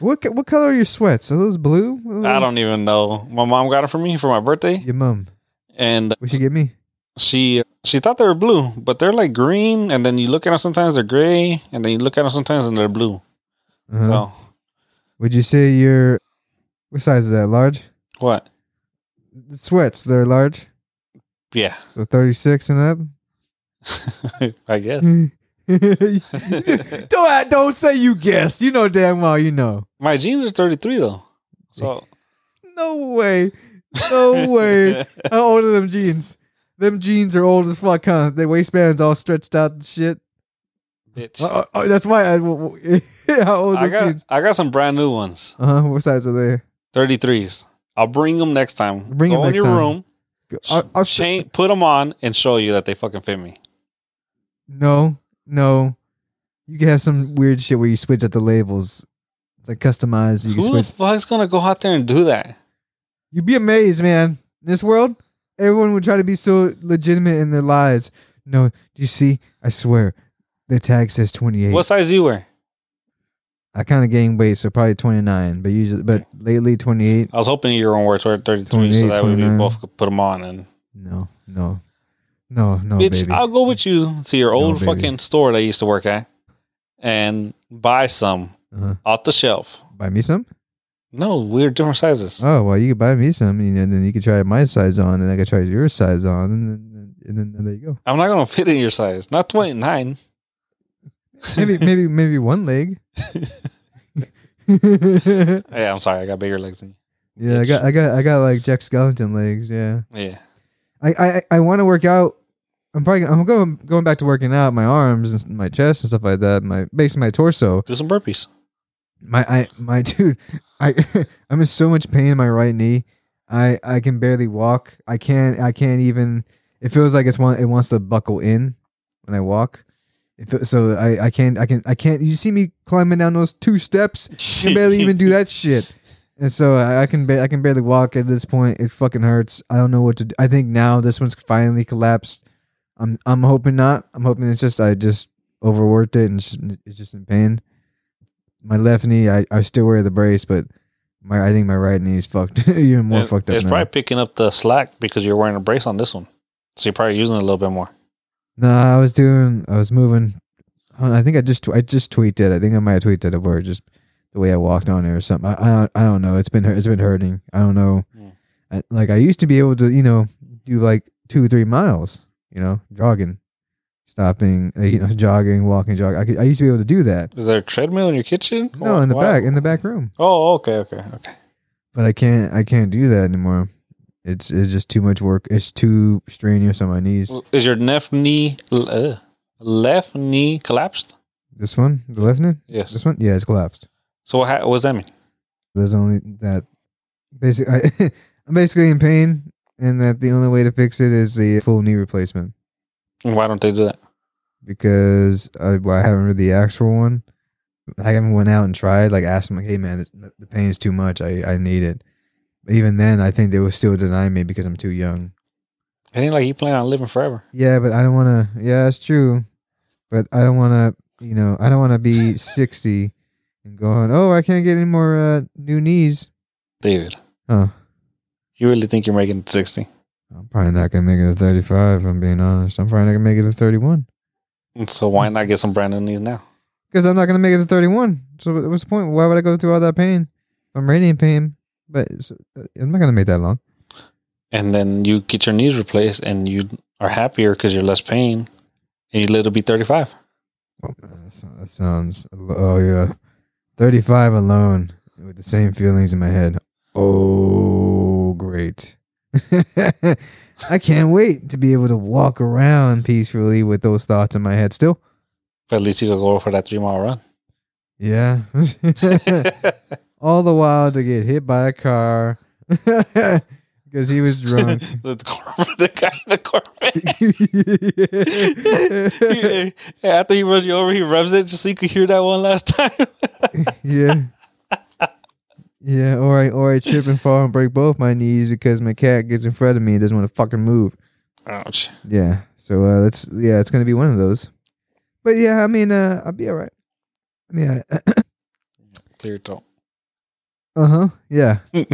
What co- what color are your sweats? Are those blue? <laughs> I don't even know. My mom got it for me for my birthday, Your mom. and What she get me? she she thought they were blue, but they're like green. And then you look at them sometimes they're gray, and then you look at them sometimes and they're blue. Uh-huh. So Would you say you're? What size is that? Large. what? The sweats. They're large. Yeah, <laughs> So 36 and <laughs> up. I guess Mm-hmm. don't act- don't say you guessed. You know damn well you know. my jeans are thirty three though. So No way. No way. How old are them jeans? Them jeans are old as fuck, huh? Their waistbands all stretched out and shit. <laughs> bitch. Oh, oh, that's why. I, w- w- <laughs> how old I are those got jeans? I got some brand new ones, Uh huh. What size are they? thirty threes. I'll bring them next time. Bring 'em Go in next your time. room. I'll, I'll sh- Chain, put them on and show you that they fucking fit me. no, no. You can have some weird shit where you switch up the labels. It's like customized. You can Who the switch. fuck's gonna go out there and do that? You'd be amazed, man. In this world, everyone would try to be so legitimate in their lies. No, do you see? I swear, the tag says 28. What size do you wear? I kind of gained weight, so probably 29, but usually, but lately 28. I was hoping your own words were 33, 28, so that way we 29. both could put them on. And No, no, no, no, bitch, Oh, baby. I'll go with you to your No, old baby. fucking store that I used to work at and buy some Uh-huh. off the shelf. Buy me some. No, we're different sizes. Oh well, you could buy me some, and then you could try my size on, and I could try your size on, and then and then there you go. I'm not gonna fit in your size. Not 29. Maybe maybe maybe one leg. <laughs> Yeah, I'm sorry, I got bigger legs than yeah, I got I got I got like Jack Skellington legs. Yeah. you. Yeah, I I, I want to work out. I'm probably I'm going going back to working out my arms and my chest and stuff like that. My basically my torso. do some burpees. My I my <laughs> dude. I I'm in so much pain in my right knee. I I can barely walk. I can't I can't even. It feels like it's one. It wants to buckle in when I walk. It feel, so I I can't I can I can't. You see me climbing down those two steps. I can barely <laughs> even do that shit. And so I, I can ba- I can barely walk at this point. It fucking hurts. I don't know what to do. I think now this one's finally collapsed. I'm I'm hoping not. I'm hoping it's just I just overworked it and it's just, it's just in pain. My left knee, I, I still wear the brace, but my I think my right knee is fucked <laughs> even more It- fucked up. It's now. probably picking up the slack because you're wearing a brace on this one, so you're probably using it a little bit more. No, I was doing. I was moving. Oh, I think I just. I just tweaked it. I think I might have tweaked it where just the way I walked on it or something. I. I don't, I don't know. It's been. It's been hurting. I don't know. Yeah. I, like I used to be able to, you know, do like two three miles. You know, jogging, stopping, uh, you know, <laughs> jogging, walking, jogging. I could, I used to be able to do that. Is there a treadmill in your kitchen? No, Wh- in the why- back, in the back room. Oh, okay, okay, okay. But I can't. I can't do that anymore. It's. It's just too much work. It's too strenuous on my knees. Is your left knee l- uh, left knee collapsed? This one, the left knee. Yes. This one, yeah, it's collapsed. So what, ha- what does that mean? There's only that. Basically, I, <laughs> I'm basically in pain, and that the only way to fix it is a full knee replacement And Why don't they do that? because I, well, I haven't really asked for one. I haven't went out and tried. Like asked them, like, hey man, this, the pain is too much. I I need it. But even then, I think they will still deny me because I'm too young. It ain't like you plan on living forever. Yeah, but I don't want to. Yeah, it's true. But I don't want to. You know, I don't want to be 60 and going. Oh, I can't get any more uh, new knees. David, Huh. you really think you're making it 60? I'm probably not gonna make it to 35. If I'm being honest. I'm probably not gonna make it to 31 And So why not get some brand new knees now? because I'm not gonna make it to 31. So what- what's the point? Why would I go through all that pain? I'm already in pain, but it's- uh, I'm not gonna make that long. And then you get your knees replaced and you are happier because you're less pain and you live to be 35. Oh, that so- that sounds. Oh yeah, 35 alone with the same feelings in my head. Oh great. <laughs> I can't wait to be able to walk around peacefully with those thoughts in my head still. But at least you could go for that three mile <laughs> run. <laughs> Yeah. <laughs> all the while to get hit by a car <laughs> because he was drunk. <laughs> the, Corv- the guy in the Corvette. yeah. He- after he runs you over, he revs it just so you could hear that one last time. <laughs> yeah. Yeah, or I or I trip and fall and break both my knees because my cat gets in front of me and doesn't want to fucking move. Ouch. Yeah. So uh, that's yeah, it's gonna be one of those. But yeah, I mean, uh, I'll be all right. I mean, uh Clear your throat. huh, Uh-huh. <laughs> yeah, yeah.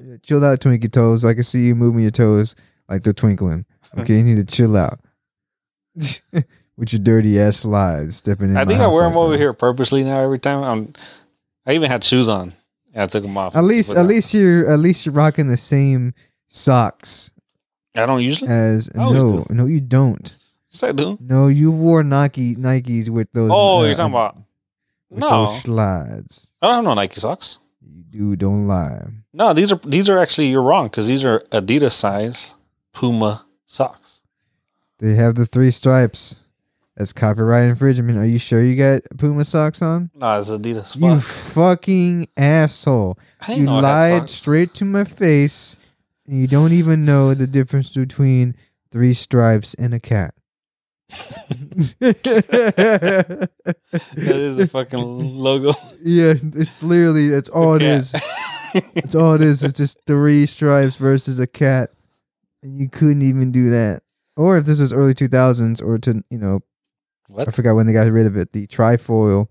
yeah. Chill out, twinkle toes. I can see you moving your toes like <laughs> they're twinkling. Okay, you need to chill out <laughs> with your dirty ass slides stepping in. I my think I house wear like them over that. here purposely now every time. I'm, I even had shoes on and I took them off. At least, But at least you're at least you're rocking the same socks I don't usually. as <laughs> I always no, no, you don't. Yes, I do. No, you wore Nike Nikes with those. Oh, uh, you're talking about. with No, those slides. I don't have no Nike socks. You do don't lie. No, these are these are actually you're wrong because these are Adidas size Puma socks. They have the three stripes. That's copyright infringement. Are you sure you got Puma socks on? No, it's Adidas. You Fuck. fucking asshole! I didn't You know I had lied socks. straight to my face, and you don't even know the difference between three stripes and a cat. <laughs> <laughs> That is the fucking logo. <laughs> yeah, it's literally that's all Oh, it is. That's all it is. It's just three stripes versus a cat, and you couldn't even do that. Or if this was early two thousands, or to you know, <laughs> I what? forgot when they got rid of it. The trifoil,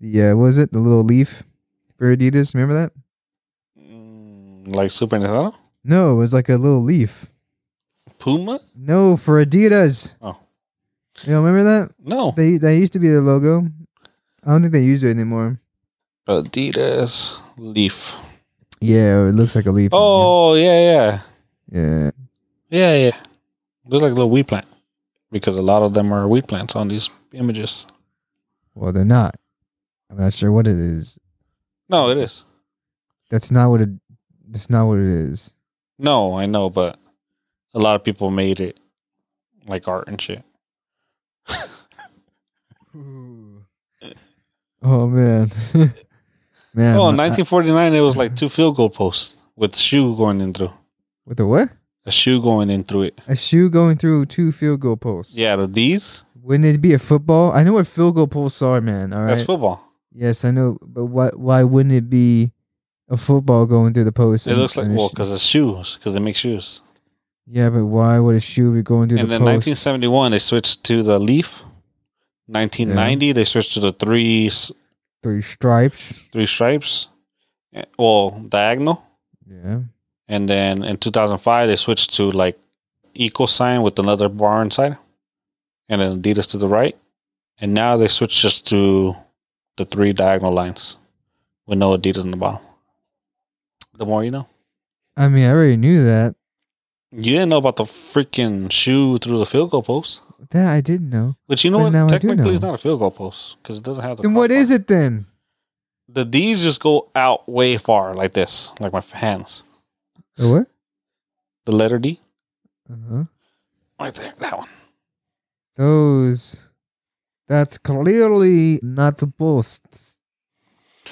the uh, what was it the little leaf for Adidas? Remember that? Mm, Like Super Nintendo? No, it was like a little leaf. Puma? No, for Adidas. Oh. you don't remember that? No. They that used to be the logo. I don't think they use it anymore. Adidas Leaf. Yeah, it looks like a leaf. Oh yeah, yeah, yeah. yeah, yeah. Looks like a little weed plant because a lot of them are weed plants on these images. Well, they're not. I'm not sure what it is. No, it is. That's not what it. That's not what it is. No, I know, but a lot of people made it like art and shit. Oh man, <laughs> man. oh, my- in 1949, it was like two field goal posts with shoe going in through with a what? a shoe going in through it. A shoe going through two field goal posts. Yeah, the these Wouldn't it be a football? I know what field goal posts are, man. All right. that's football. yes, I know, but why? Why wouldn't it be a football going through the post? It and- looks like and a well, sh- because it's shoes, because they make shoes. Yeah, but why would a shoe be going through And the then post? 1971, they switched to the leaf. 1990, they switched to the three s- Three stripes. three stripes, eh, well diagonal. Yeah. And then in 2005, they switched to like equal sign with another bar inside, and then Adidas to the right. And now they switch just to the three diagonal lines with no Adidas in the bottom. The more you know. I mean, I already knew that. You didn't know about the freaking shoe through the field goal post, That I didn't know. which you know But now I what? do Technically, it's know. not a field goal post because it doesn't have the. Then what is it then? The D's just go out way far like this, like my f- hands. The what? The letter D, Uh-huh. right there, that one. Those. That's clearly not the post. I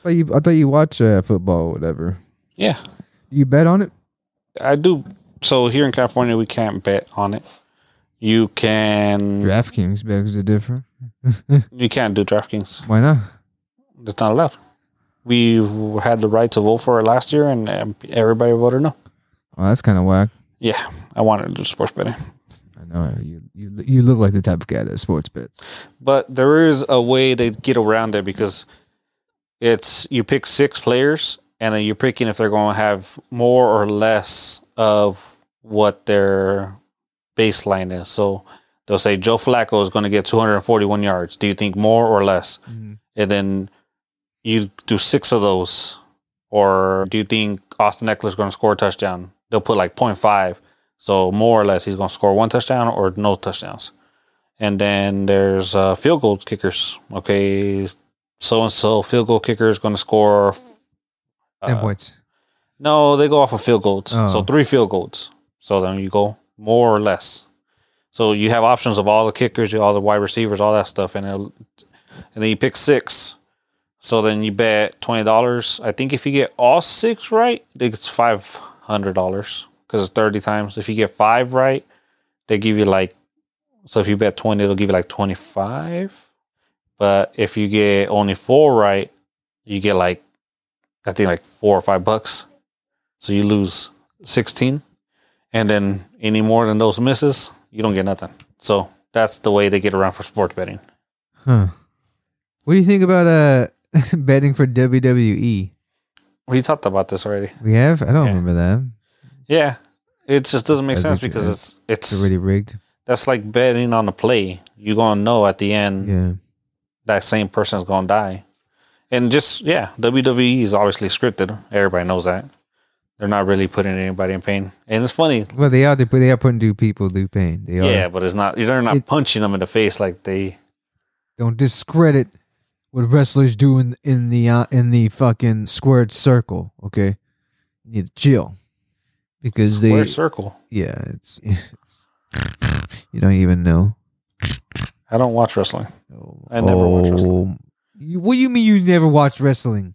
thought you, I thought you watch uh, football or whatever. Yeah, You bet on it? I do. So here in California, we can't bet on it. You can. DraftKings begs are different. You can't do DraftKings. Why not? It's not allowed. We had the right to vote for it last year, and um, everybody voted no. Well, that's kind of whack. Yeah, I wanted to do sports betting, I know you, you. You look like the type of guy that sports bets. but there is a way they get around it because it's you pick six players, and then you're picking if they're going to have more or less of what their baseline is. So they'll say Joe Flacco is going to get 241 yards. Do you think more or less? Mm, and then you do six of those, or do you think Austin Eckler is going to score a touchdown? They'll put like 0.5. So more or less, he's going to score one touchdown or no touchdowns. And then there's uh, field goal kickers. Okay, so and so field goal kicker is going to score uh, Ten points. no, they go off of field goals. Oh. So three field goals. So then you go more or less. So you have options of all the kickers, all the wide receivers, all that stuff, and it'll, and then you pick six. So then you bet twenty dollars. I think if you get all six right, I think it's five hundred dollars because it's thirty times. If you get five right, they give you like. So if you bet twenty, it'll give you like twenty five. But if you get only four right, you get like, I think like four or five bucks. So you lose 16. And then any more than those misses, you don't get nothing. So that's the way they get around for sports betting. Huh. What do you think about uh <laughs> betting for WWE? We talked about this already. We have. I don't Yeah. remember that. Yeah. It just doesn't make I sense think it because is. it's it's It's already rigged. that's like betting on a play. You're gonna know at the end Yeah. that same person's gonna die. And just yeah, WWE is obviously scripted. Everybody knows that. They're not really putting anybody in pain. And it's funny. Well, they are. They put. They are putting two people through pain. They Yeah, are. but it's not they're not It- punching them in the face like they Don't discredit what wrestlers do in in the uh, in the fucking squared circle. Okay. You need to chill because square they. circle. yeah. It's. <laughs> you don't even know. I don't watch wrestling. Oh, I never watch wrestling. You, what do you mean you never watched wrestling?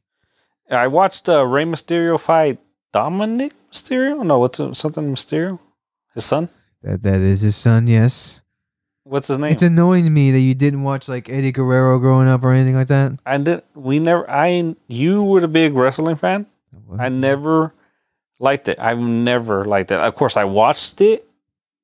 I watched uh, Rey Mysterio fight Dominic Mysterio. No, what's it- something Mysterio? His son. That that is his son. Yes. What's his name? It's annoying to me that you didn't watch like Eddie Guerrero growing up or anything like that. I did. We never. I. You were the big wrestling fan. I never liked it. I've never liked it. Of course, I watched it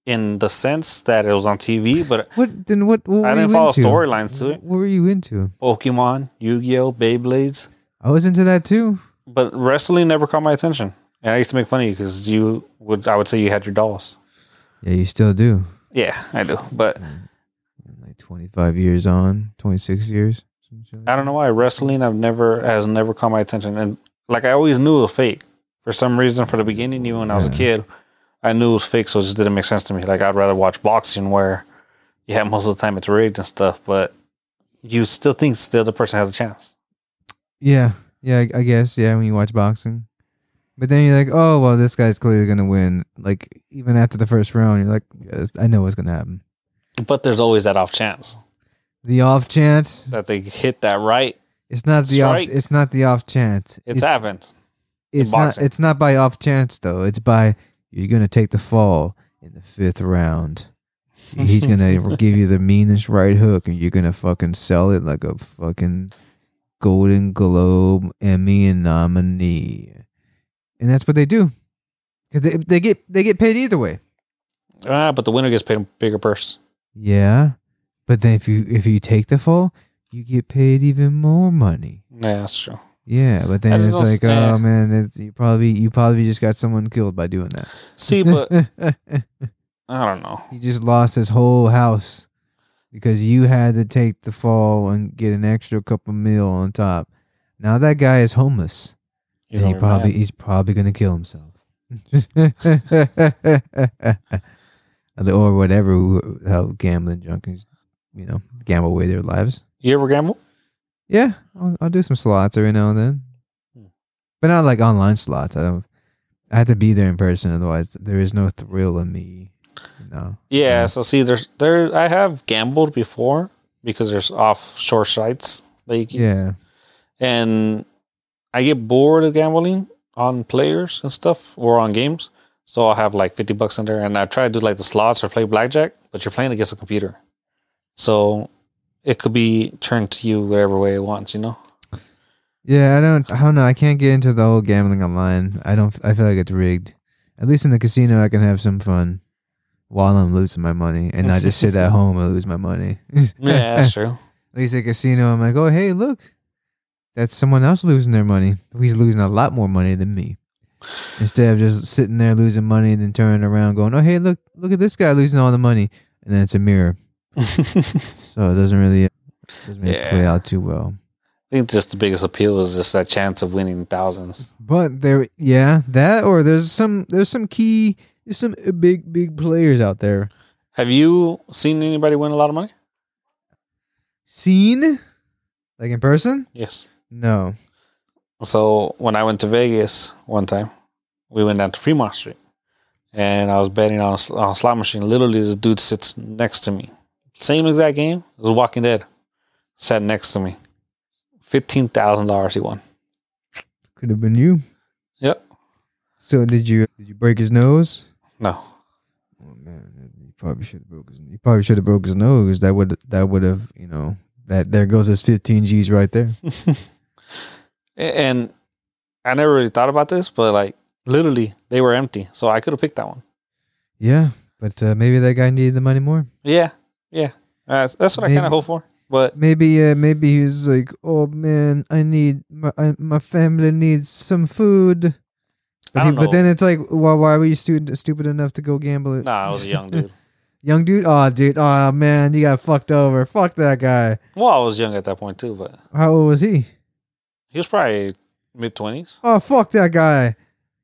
in the sense that it was on TV, but What then? What? what were I you didn't follow into? storylines to it. What were you into? Pokemon, Yu-Gi-Oh, Beyblades, I was into that too. but wrestling never caught my attention. And I used to make fun of you because you would. I would say you had your dolls. Yeah, you still <sighs> do. Yeah, I do. But Like twenty five years on, twenty six years. some shit like I don't know why wrestling I've never has never caught my attention, and like I always knew it was fake for some reason. For the beginning, even when I was a Yeah. kid, I knew it was fake, so it just didn't make sense to me. Like I'd rather watch boxing where, yeah, <laughs> most of the time it's rigged and stuff, but you still think the other person has a chance. that. Yeah, yeah. I, I guess yeah. When you watch boxing, but then you're like, oh well, this guy's clearly gonna win. Like even after the first round, you're like, yeah, this- I know what's gonna happen. But there's always that off chance The off chance. that they hit that right. It's not the off. Strike. It's not the off chance. It's, happened. in it's not boxing. it's not by off chance though. It's by you're gonna take the fall in the <laughs> fifth round. He's gonna give you the meanest right hook, and you're gonna fucking sell it like a fucking Golden Globe Emmy and nominee. And that's what they do, because they they get they get paid either way. Ah, but the winner gets paid a bigger purse. Yeah, but then if you if you take the fall, you get paid even more money. Yeah, that's true. Yeah, but then That's it's also- like, yeah. oh <laughs> man, it's, you probably you probably just got someone killed by doing that. See, but I don't know. He just lost his whole house because you had to take the fall and get an extra cup of meal on top. Now that guy is homeless. He's gonna and he be mad. probably he's probably gonna kill himself. <laughs> or whatever who- how gambling junkies, you know, gamble away their lives. You ever gamble? Yeah, I'll, I'll do some slots every now and then, Hmm. but not like online slots. I don't. I have to be there in person, otherwise there is no thrill in me. No. Yeah. Yeah. So see, there's there. I have gambled before because there's offshore sites that you can, Yeah. and I get bored of gambling on players and stuff or on games. So I'll have like fifty bucks in there, and I try to do like the slots or play blackjack, but you're playing against a computer, so it could be turned to you whatever way it wants. You know. Yeah, I don't. I don't know. I can't get into the whole gambling online. I don't. I feel like it's rigged. At least in the casino, I can have some fun while I'm losing my money, and not just sit <laughs> at home and lose my money. <laughs> <laughs> Yeah, that's true. At least at casino, I'm like, oh hey, look, that's someone else losing their money. He's losing a lot more money than me. Instead of just sitting there losing money and then turning around going, oh hey, look, look at this guy losing all the money, and then it's a mirror, <laughs> I so it doesn't really doesn't really Yeah. play out too well. think just the biggest appeal is just that chance of winning thousands. But there, yeah, that or there's some there's some key there's some big big players out there. Have you seen anybody win a lot of money? Seen like in person? Yes. No. So when I went to Vegas one time, we went down to Fremont Street, and I was betting on a, sl- on a slot machine. Literally, this dude sits next to me. Same exact game. It was Walking Dead. Sat next to me. Fifteen thousand dollars he won. Could have been you. Yep. So did you did you break his nose? No. Oh man, you probably should have broke his you probably should have broke his nose. That would that would have, you know, that there goes his 15 G's <laughs> right there. A- and I never really thought about this, but like literally, they were empty, so I could have picked that one. Yeah, but uh, maybe that guy needed the money more. Yeah. Yeah. Uh, that's what I Maybe- kind of hope for. <laughs> But Maybe uh, maybe he was like, "Oh man, I need my I, my family needs some food." But, I don't he- but know. then it's like, why why were you stupid stupid enough to go gamble it? nah, I <laughs> was a young dude. young dude. Oh dude. Oh man, you got fucked over. Fuck that guy. Well, I was young at that point too, but How old was he? he was probably mid twenties. Oh fuck that guy.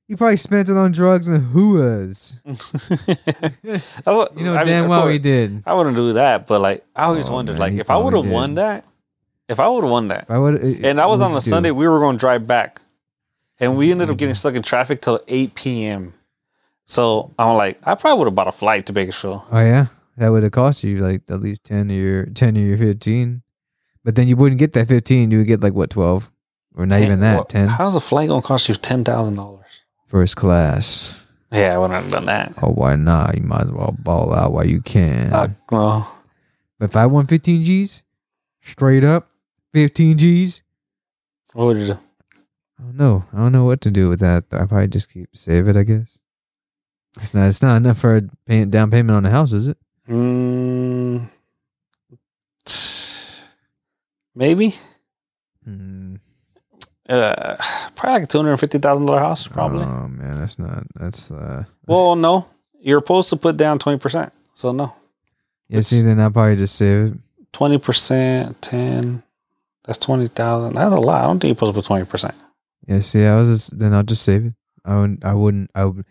You probably spent it on drugs and hooas. That's what You know I mean, damn of well he course, did. I wouldn't do that, but like I always Oh, wondered, man, like he if I would have probably won did. that, if I would have won that, I would. and I was on a Sunday, we were going to drive back, and we ended up getting stuck in traffic till eight p.m. So I'm like, I probably would have bought a flight to Bakersfield. Oh yeah, that would have cost you like at least ten or your ten or your fifteen, but then you wouldn't get that fifteen. You would get like what twelve, or not even that what- ten. How's a flight going to cost you ten thousand dollars? First class. Yeah, I wouldn't have done that. Oh, why not? You might as well ball out while you can. Fuck no. but if I won fifteen G's, straight up fifteen G's. What would you do? I don't know. I don't know what to do with that. I probably just keep save it. I guess. It's not. It's not enough for a pay, down payment on a house, is it? Mm, maybe. Hmm. Uh, probably like a two hundred fifty thousand dollar house, probably. Oh man, that's not. That's uh. well, no, you're supposed to put down twenty percent. So no, yeah. See, then I probably just save it. twenty percent, ten. That's twenty thousand. That's a lot. I don't think you're supposed to put twenty percent. Yeah, see, I was just then I'll just save it. I wouldn't. I wouldn't. I would.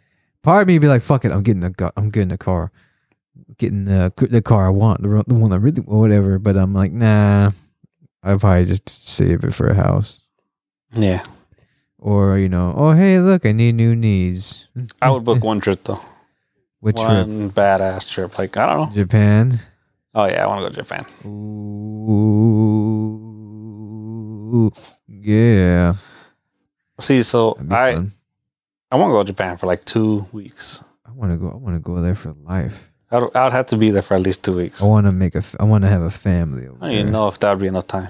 Part of me would be like, "Fuck it, I'm getting the. Car, I'm getting the car, getting the c- the car I want, the ro- the one I really or whatever." But I'm like, nah. I would probably just save it for a house, Yeah, or you know, oh hey, look, I need new knees. I would book one trip though. <laughs> Which trip? one badass trip. Like I don't know. Japan. Oh yeah, I want to go to Japan. Ooh, yeah. See, so that'd be I fun. I want to go to Japan for like two weeks. I want to go. I want to go there for life. I'd, I'd have to be there for at least two weeks. I want to make a. f- I want to have a family. Over I don't even there. know if that would be enough time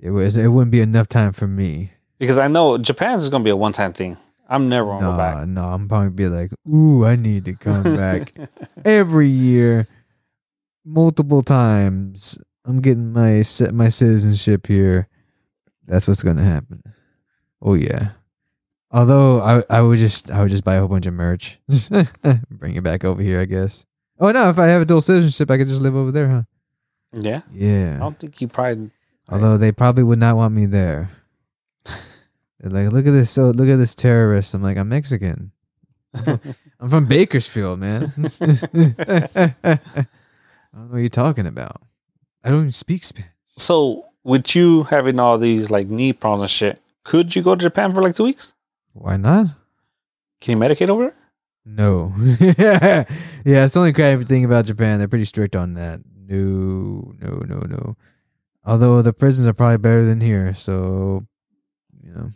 It was. It wouldn't be enough time for me. because I know Japan's is gonna be a one time thing. I'm never gonna No, go back. no, I'm probably be like, ooh, I need to come <laughs> back every year, multiple times. I'm getting my set my citizenship here. That's what's gonna happen. Oh yeah. <laughs> Although I I would just I would just buy a whole bunch of merch, bring it back over here. I guess Oh no! If I have a dual citizenship, I could just live over there, huh? Yeah. I Yeah. don't think you probably. Although they probably would not want me there. <laughs> They're like, look at this! So look at this terrorist. I'm like, I'm Mexican. I'm from Bakersfield, man. <laughs> I don't know what you're talking about. I don't even speak Spanish. so, with you having all these like knee problems and shit, could you go to Japan for like two weeks? Why not? Can you medicate over there? No. <laughs> yeah, it's the only crappy thing about Japan. They're pretty strict on that. No, no, no, no. Although the prisons are probably better than here, so you know.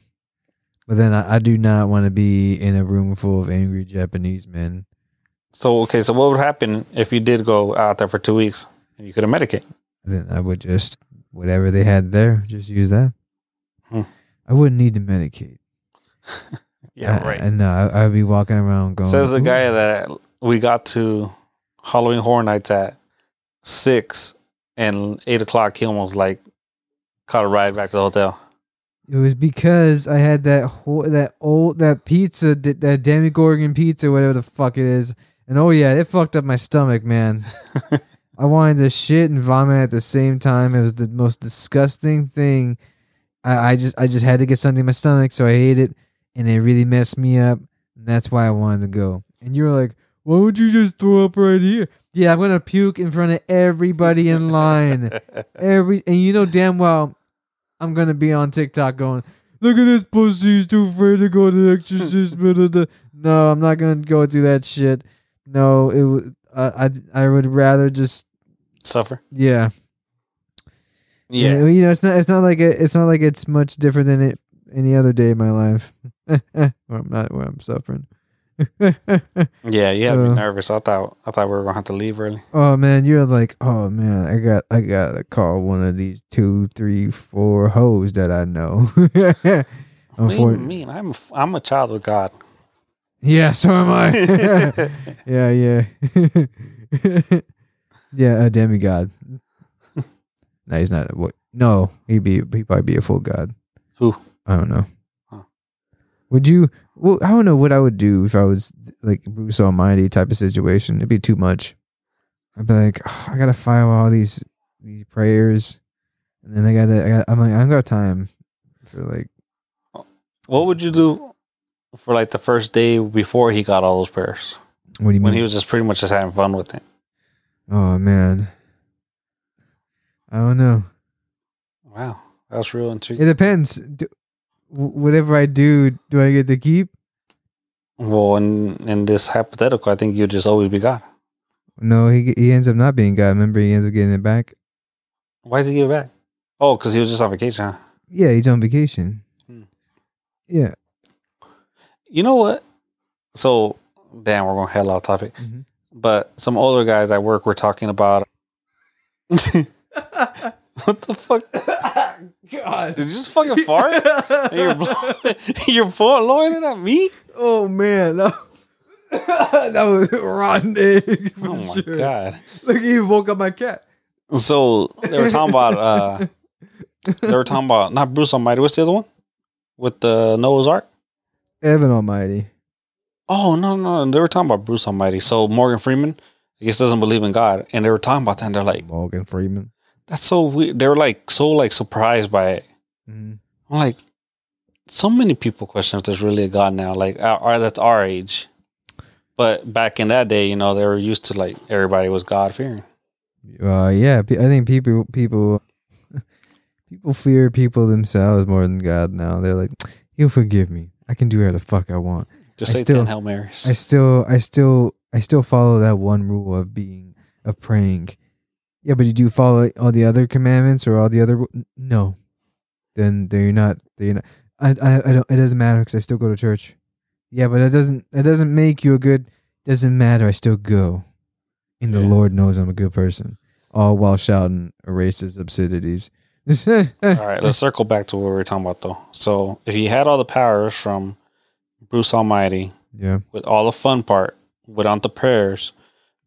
But then I, I do not want to be in a room full of angry Japanese men. So, okay, so what would happen if you did go out there for two weeks and you couldn't medicate? Then I would just whatever they had there, just use that. Hmm. I wouldn't need to medicate. I- I, no, I, I'd be walking around Uh, going. Says the "Ooh." guy that we got to Halloween Horror Nights at six and eight o'clock. He almost like caught a ride back to the hotel. <laughs> It was because I had that whole that old that pizza d- that demigorgon pizza whatever the fuck it is, and oh yeah, it fucked up my stomach, man. I wanted to shit and vomit at the same time. It was the most disgusting thing. I, I just I just had to get something in my stomach, so I ate it, and it really messed me up. And that's why I wanted to go. And you were like, "Why would you just throw up right here?" Yeah, I'm gonna puke in front of everybody in line. Every and you know damn well I'm gonna be on TikTok going, look at this pussy, he's too afraid to go to the exorcist. blah, blah, blah." no, I'm not gonna go through that shit. No, it w- I, I I would rather just Suffer. yeah Yeah. You know, it's not it's not like it, it's not like it's much different than it any other day in my life. <laughs> where I'm not where I'm suffering. <laughs> Yeah, you had me So- nervous. I thought I thought we were gonna have to leave early. Oh man, you're like, oh man, I got I gotta call one of these two, three, four hoes that I know. <laughs> What do you Unfortunately, mean? I'm I'm a child of God. yeah, so <laughs> am I. yeah, yeah, <laughs> yeah. A demigod. no, he's not. A, what? No, he'd be he'd probably be a full god. Who? I don't know. Huh. Would you? Well, I don't know what I would do if I was like Bruce Almighty type of situation. It'd be too much. I'd be like, "Ugh, I gotta file all these these prayers, and then I gotta. I gotta I'm like, I don't got time for like. What would you do for like the first day before he got all those prayers? What do you When mean? he was just pretty much just having fun with it. oh man, I don't know. Wow. That was real intriguing. It depends. Do, wh- whatever I do, do I get to keep? Well, in, in this hypothetical, I think you'd just always be God. No, he g- he ends up not being God. Remember, he ends up getting it back. Why does he give it back? Oh, because he was just on vacation, huh? Yeah, he's on vacation. Hmm. <laughs> Yeah. You know what? So, damn, we're going hell off topic. Mhm. But some older guys at work were talking about. <laughs> what the fuck? God. Did you just fucking <laughs> <laughs> fart? And you're, blowing, <laughs> you're blowing it at me? oh man, that, <laughs> that was rotten <laughs> egg. for Oh my sure. god! Look, he even woke up my cat. So they were talking about uh, they were talking about not Bruce Almighty. What's the other one with the Noah's Ark? Evan Almighty. Oh no no! They were talking about Bruce Almighty. So Morgan Freeman, I guess, doesn't believe in God, and they were talking about that. And they're like, Morgan Freeman. "That's so weird." They were like so like surprised by it. Mhm. I'm like, so many people question if there's really a God now. Like, our, our- that's our age. But back in that day, you know, they were used to like everybody was God fearing. Uh, yeah, pe- I think people people <laughs> people fear people themselves more than God now. They're like, "He'll forgive me. I can do whatever the fuck I want." Just I say still- ten Hail Marys. I still, I still, I still follow that one rule of being of praying. Yeah, but you do follow all the other commandments or all the other ru- no. Then they're not. They're not. I, I, I don't. It doesn't matter because I still go to church. Yeah, but it doesn't. It doesn't make you a good. Doesn't matter. I still go, and the Yeah. Lord knows I'm a good person. All while shouting racist obscenities. all All right, let's circle back to what we were talking about though. So, if you had all the powers from Bruce Almighty <laughs> Yeah. with all the fun part without the prayers,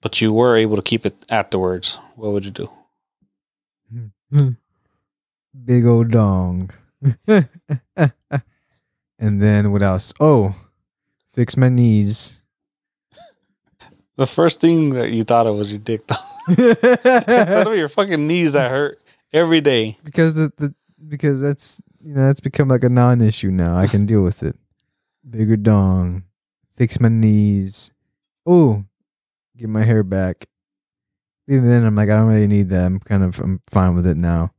but you were able to keep it afterwards, what would you do? Big old dong. <laughs> and <laughs> then what else? Oh, fix my knees. The first thing that you thought of was your dick. <laughs> Instead of your fucking knees that hurt every day. because the, the because that's you know that's become like a non-issue now. I can deal with it. Bigger dong, fix my knees. Oh, get my hair back. Even then, I'm like I don't really need that. I'm kind of I'm fine with it now.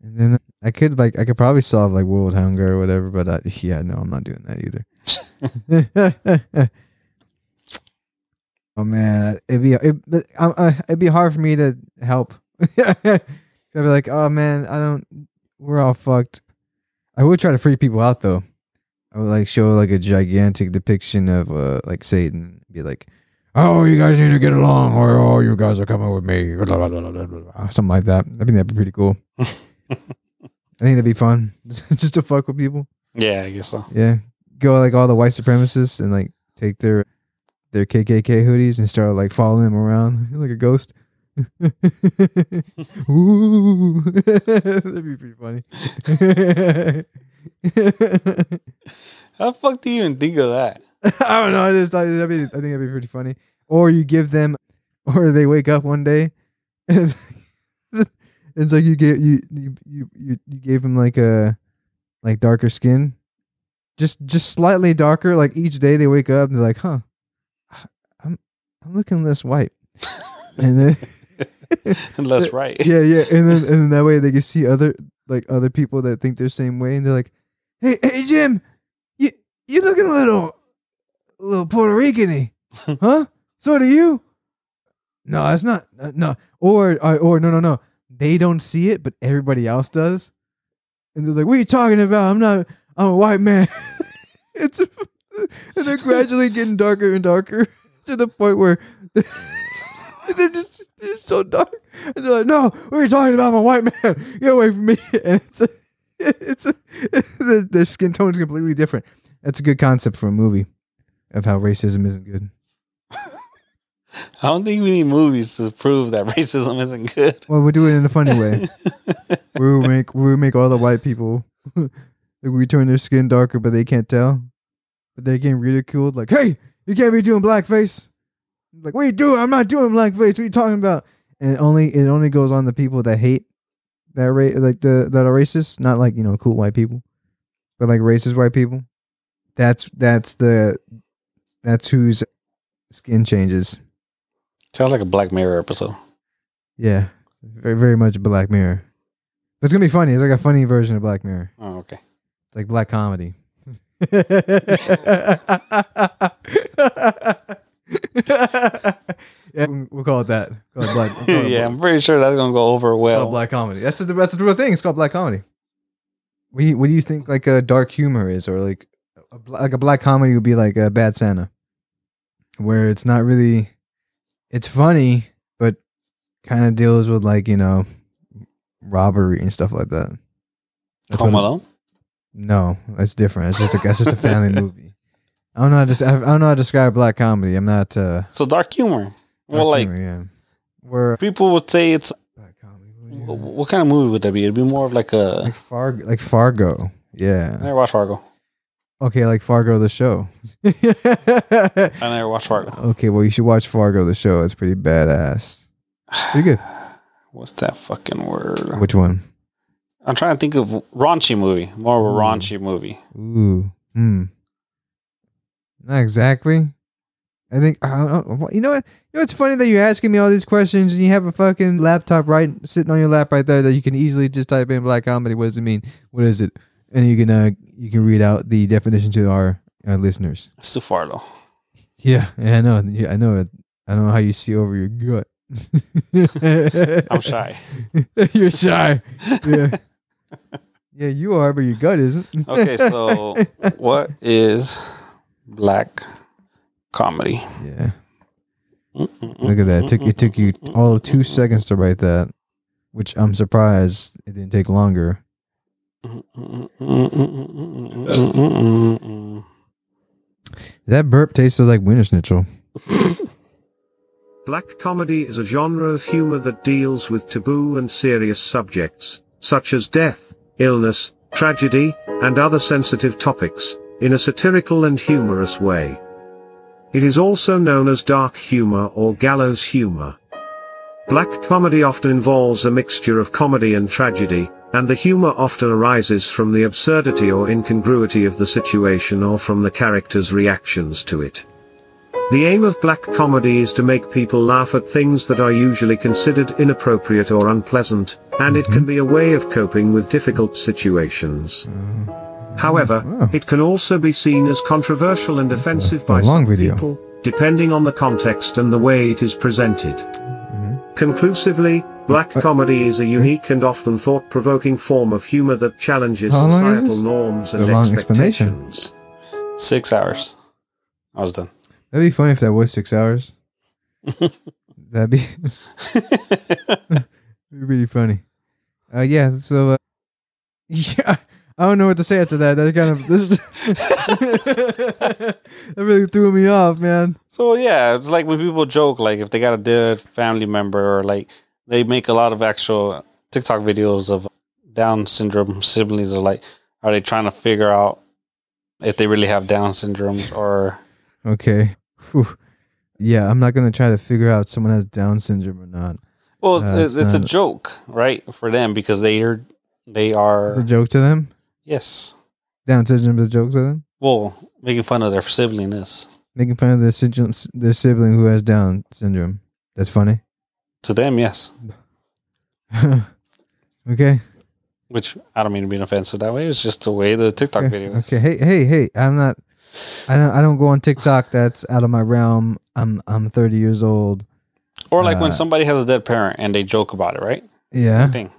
And then I could like I could probably solve like world hunger or whatever, but I, <laughs> yeah, no, I'm not doing that either. <laughs> oh man, it'd be it, but I, I, it'd be hard for me to help. <laughs> I'd be like, oh man, I don't. We're all fucked. I would try to freak people out though. I would like show like a gigantic depiction of uh like Satan. Be like, oh, you guys need to get along, or oh, you guys are coming with me, blah, blah, blah, blah, blah, blah. something like that. I think that'd be pretty cool. I think that'd be fun, <laughs> just to fuck with people. Yeah, I guess so. Yeah, go like all the white supremacists and like take their their KKK hoodies and start like following them around <laughs> like a ghost. Ooh, <laughs> that'd be pretty funny. <laughs> How the fuck do you even think of that? <laughs> I don't know. I just thought that'd be, I think that'd be pretty funny. Or you give them, <laughs> or they wake up one day, <laughs> and it's like, <laughs> it's like you get you you you you you gave them like a like darker skin, just just slightly darker. Like each day they wake up and they're like, huh, <sighs> I'm I'm looking less white, and then Unless right. yeah, yeah, and then and then that way they can see other like other people that think they're same way, and they're like, "Hey, hey, Jim, you you looking a little, a little Puerto Rican-y, huh? So do you? No, that's not uh, no. Or uh, or no, no, no. They don't see it, but everybody else does, and they're like, "What are you talking about? I'm not. I'm a white man." <laughs> it's <laughs> and they're gradually getting darker and darker <laughs> to the point where. <laughs> they're just, they're just so dark. And they're like, "No, what are you talking about? I'm a white man. <laughs> Get away from me!" And it's a, it's a, <laughs> their- their skin tone is completely different. That's a good concept for a movie of how racism isn't good. I don't think we need movies to prove that <laughs> racism isn't good. Well, we'll do it in a <laughs> funny way. we will make we will make all the white people <laughs> like we turn their skin darker, but they can't tell. But they're getting ridiculed. Like, hey, you can't be doing blackface. Like, what are you doing? I'm not doing blackface. What are you talking about? And it only it only goes on the people that hate that ra- like the that are racist, not like you know cool white people, but like racist white people. That's that's the that's whose skin changes. Sounds like a Black Mirror episode. Yeah, very very much Black Mirror. But it's gonna be funny. It's like a funny version of Black Mirror. Oh, okay. It's like black comedy. yeah, we'll call it that. Call it black. We'll call <laughs> it yeah, black, I'm pretty sure that's gonna go over call it well. black comedy. That's the that's the real thing. It's called black comedy. What do you, what do you think like a dark humor is, or like a, bla- like a black comedy would be like a bad Santa, where it's not really, it's funny, but kind of deals with like you know, robbery and stuff like that. That's Home what- Alone. no, that's different. It's just a, that's just a family <laughs> movie. I don't know. How to, des- I don't know how to describe black comedy. I'm not. Uh, So dark humor. not Well, like sure, yeah. we're people would say it's. black comedy. what do you- wh- What kind of movie would that be? It'd be more of like a. Like Fargo, like Fargo. I Yeah. never watched Fargo. Okay, like Fargo the show. <laughs> I never watched Fargo. okay, well you should watch Fargo the show. It's pretty badass. Pretty <sighs> good. What's that fucking word? Which one? I'm trying to think of raunchy movie. More Hmm. of a raunchy movie. Ooh. Hmm. Not exactly. I think I don't know. you know what. You know it's funny that you're asking me all these questions and you have a fucking laptop right sitting on your lap right there that you can easily just type in black comedy. What does it mean? What is it? And you can uh, you can read out the definition to our uh, listeners. It's too far though. Yeah, yeah, I know. Yeah, I know it. I don't know how you see over your <laughs> gut. I'm shy. <laughs> you're shy. <laughs> Yeah. yeah, you are, but your gut <laughs> isn't. Okay, so what is black comedy? <laughs> yeah. Look at that. It took it took you all of two seconds to write that, which I'm surprised it didn't take longer. That burp tasted like winter schnitzel. Black comedy is a genre of humor that deals with taboo and serious subjects, such as death, illness, tragedy, and other sensitive topics, in a satirical and humorous way. It is also known as dark humor or gallows humor. Black comedy often involves a mixture of comedy and tragedy, and the humor often arises from the absurdity or incongruity of the situation or from the character's reactions to it. The aim of black comedy is to make people laugh at things that are usually considered inappropriate or unpleasant, and it can be a way of coping with difficult situations. However, it can also be seen as controversial and offensive by a long some video. people, depending on the context and the way it is presented. Conclusively, black Uh, comedy is a unique and often thought-provoking form of humor that challenges How long is societal this? norms and The long explanation. expectations. Six hours. I was done. That'd be funny if that was six hours. That'd be <laughs> really funny. Uh, yeah. So, uh, yeah, <laughs> I don't know what to say after that. That kind of <laughs> this, that really threw me off, man. So yeah, it's like when people joke, like if they got a dead family member or like they make a lot of actual TikTok videos of Down syndrome siblings. Are like, are they trying to figure out if they really have Down syndrome or Okay. Whew. Yeah, I'm not gonna try to figure out if someone has Down syndrome or not. well, it's, No, it's, it's a not. joke, right, for them because they are they It's a are joke to them. yes, Down syndrome is a joke to them. well, making fun of their sibling is Making fun of their sibling, their sibling who has Down syndrome. That's funny. <laughs> to them, yes. okay. Which I don't mean to be offensive that way. It's just the way the TikTok okay. videos. Okay. Hey, hey, hey. I'm not. I don't. I don't go on TikTok. That's out of my realm. I'm. I'm 30 years old. Or like Uh, when somebody has a dead parent and they joke about it, right? Yeah. Thing.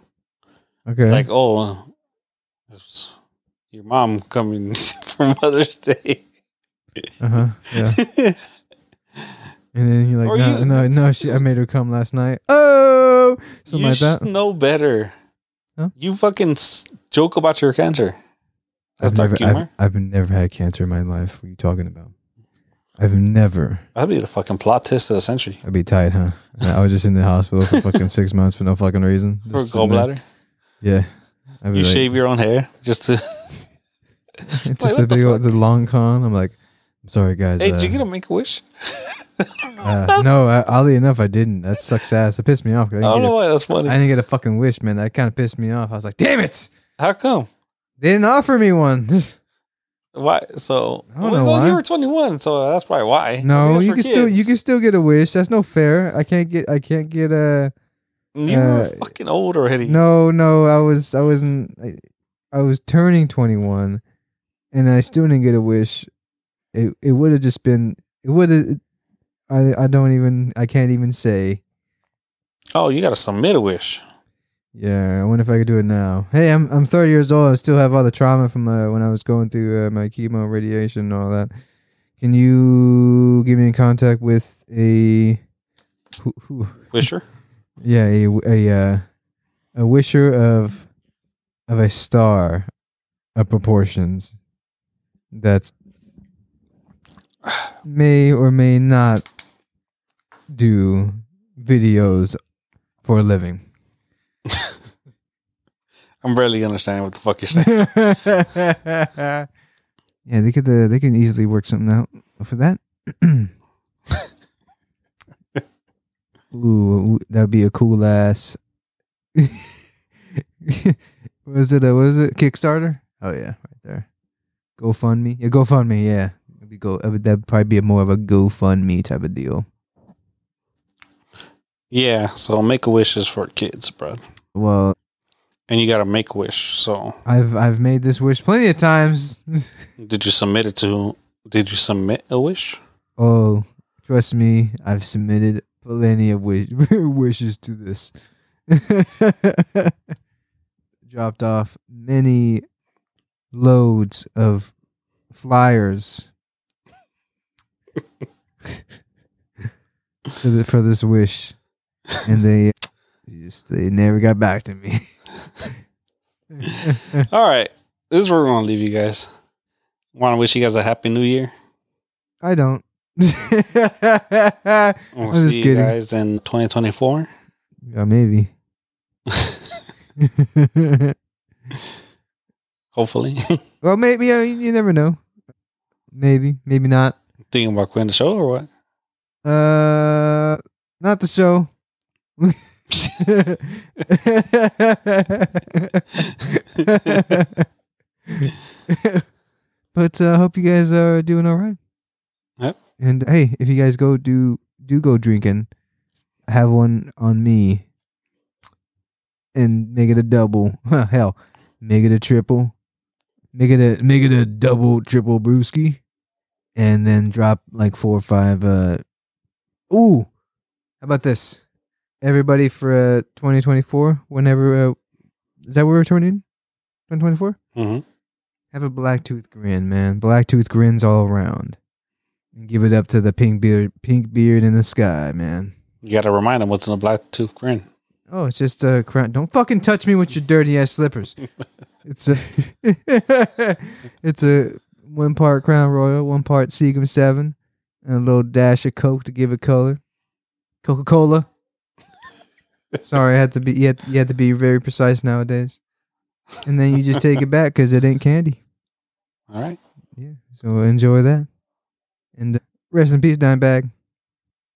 Okay. Like, oh, it's your mom coming <laughs> for Mother's <laughs> Day. uh huh. <laughs> Yeah. And then you're Or like, no, you- no, no. She, I made her come last night. Oh, something you like that. should know better. Huh? You fucking s- joke about your cancer. That's I've dark never, I've, humor. I've never had cancer in my life. What are you talking about? I've never. That'd be the fucking plot twist of the century. I'd be tight, huh? I was just in the hospital for <laughs> fucking six months for no fucking reason. For Just sitting there. gallbladder. Yeah. I'd be You like- shave your own hair just to. It's Wait, <laughs> just what the the big fuck? old- the long con. I'm like, I'm sorry guys. hey, did you uh, get a make a wish? <laughs> uh, no, uh, oddly enough, I didn't. That sucks ass. It pissed me off. 'cause I I don't didn't, get know a, why that's funny. I didn't get a fucking wish, man. That kind of pissed me off. I was like, damn it, How come? they didn't offer me one. <laughs> Why? So I don't Well, know no, why. you were 21, so that's probably why. no, That's you for can still you kids. can still get a wish. That's no fair. I can't get I can't get a You were uh, fucking old already. no no. I was I wasn't I, I was turning 21, and I still didn't get a wish. It it would have just been it would have. I I don't even I can't even say. Oh, you got to submit a wish. Yeah, I wonder if I could do it now. Hey, I'm I'm 30 years old. I still have all the trauma from uh, when I was going through uh, my chemo, radiation, and all that. Can you get me in contact with a, who, who, Wisher. <laughs> yeah, a a uh, a wisher of of a star of proportions that may or may not do videos for a living. I'm barely understanding what the fuck you're saying. yeah, they could uh, they can easily work something out for that. Ooh, that'd be a cool ass. <laughs> was it a was it Kickstarter? Oh yeah, right there. GoFundMe, yeah, GoFundMe, yeah. It'd be go. That'd probably be a more of a GoFundMe type of deal. Yeah, so make a wish is for kids, bro. Well, And you got to make a wish. So I've I've made this wish plenty of times. <laughs> did you submit it to? Did you submit a wish? Oh, trust me, I've submitted plenty of wish- <laughs> wishes to this. <laughs> Dropped off many loads of flyers <laughs> for, the, for this wish, and they just they never got back to me. <laughs> All right, this is where we're gonna leave you guys. Want to wish you guys a happy new year. I don't. <laughs> We'll I'm just see you kidding. guys in <laughs> 2024. yeah, maybe. <laughs> Hopefully, <laughs> Well, maybe uh, you you never know. Maybe, maybe not. Thinking about quitting the show or what? Uh, not the show. but uh, hope you guys are doing all right. Yep. And hey, if you guys go do do go drinking, have one on me, and make it a double. <laughs> Huh, hell, make it a triple. Make it a make it a double triple brewski, and then drop like four or five. Uh, ooh, how about this? Everybody for uh, 2024. Whenever uh, is that where we're turning? 2024. Mm-hmm. Have a black tooth grin, man. Black tooth grins all around. And give it up to the pink beard, pink beard in the sky, man. You got to remind them what's in a black tooth grin. Oh, it's just a crown. Don't fucking touch me with your dirty ass slippers. it's a, <laughs> it's a one part Crown Royal, one part Seagum Seven, and a little dash of Coke to give it color. Coca Cola. Sorry, I had to be. You had to, you had to be very precise nowadays. And then you just take it back because it ain't candy. All right. Yeah. So enjoy that. And uh, rest in peace, Dimebag.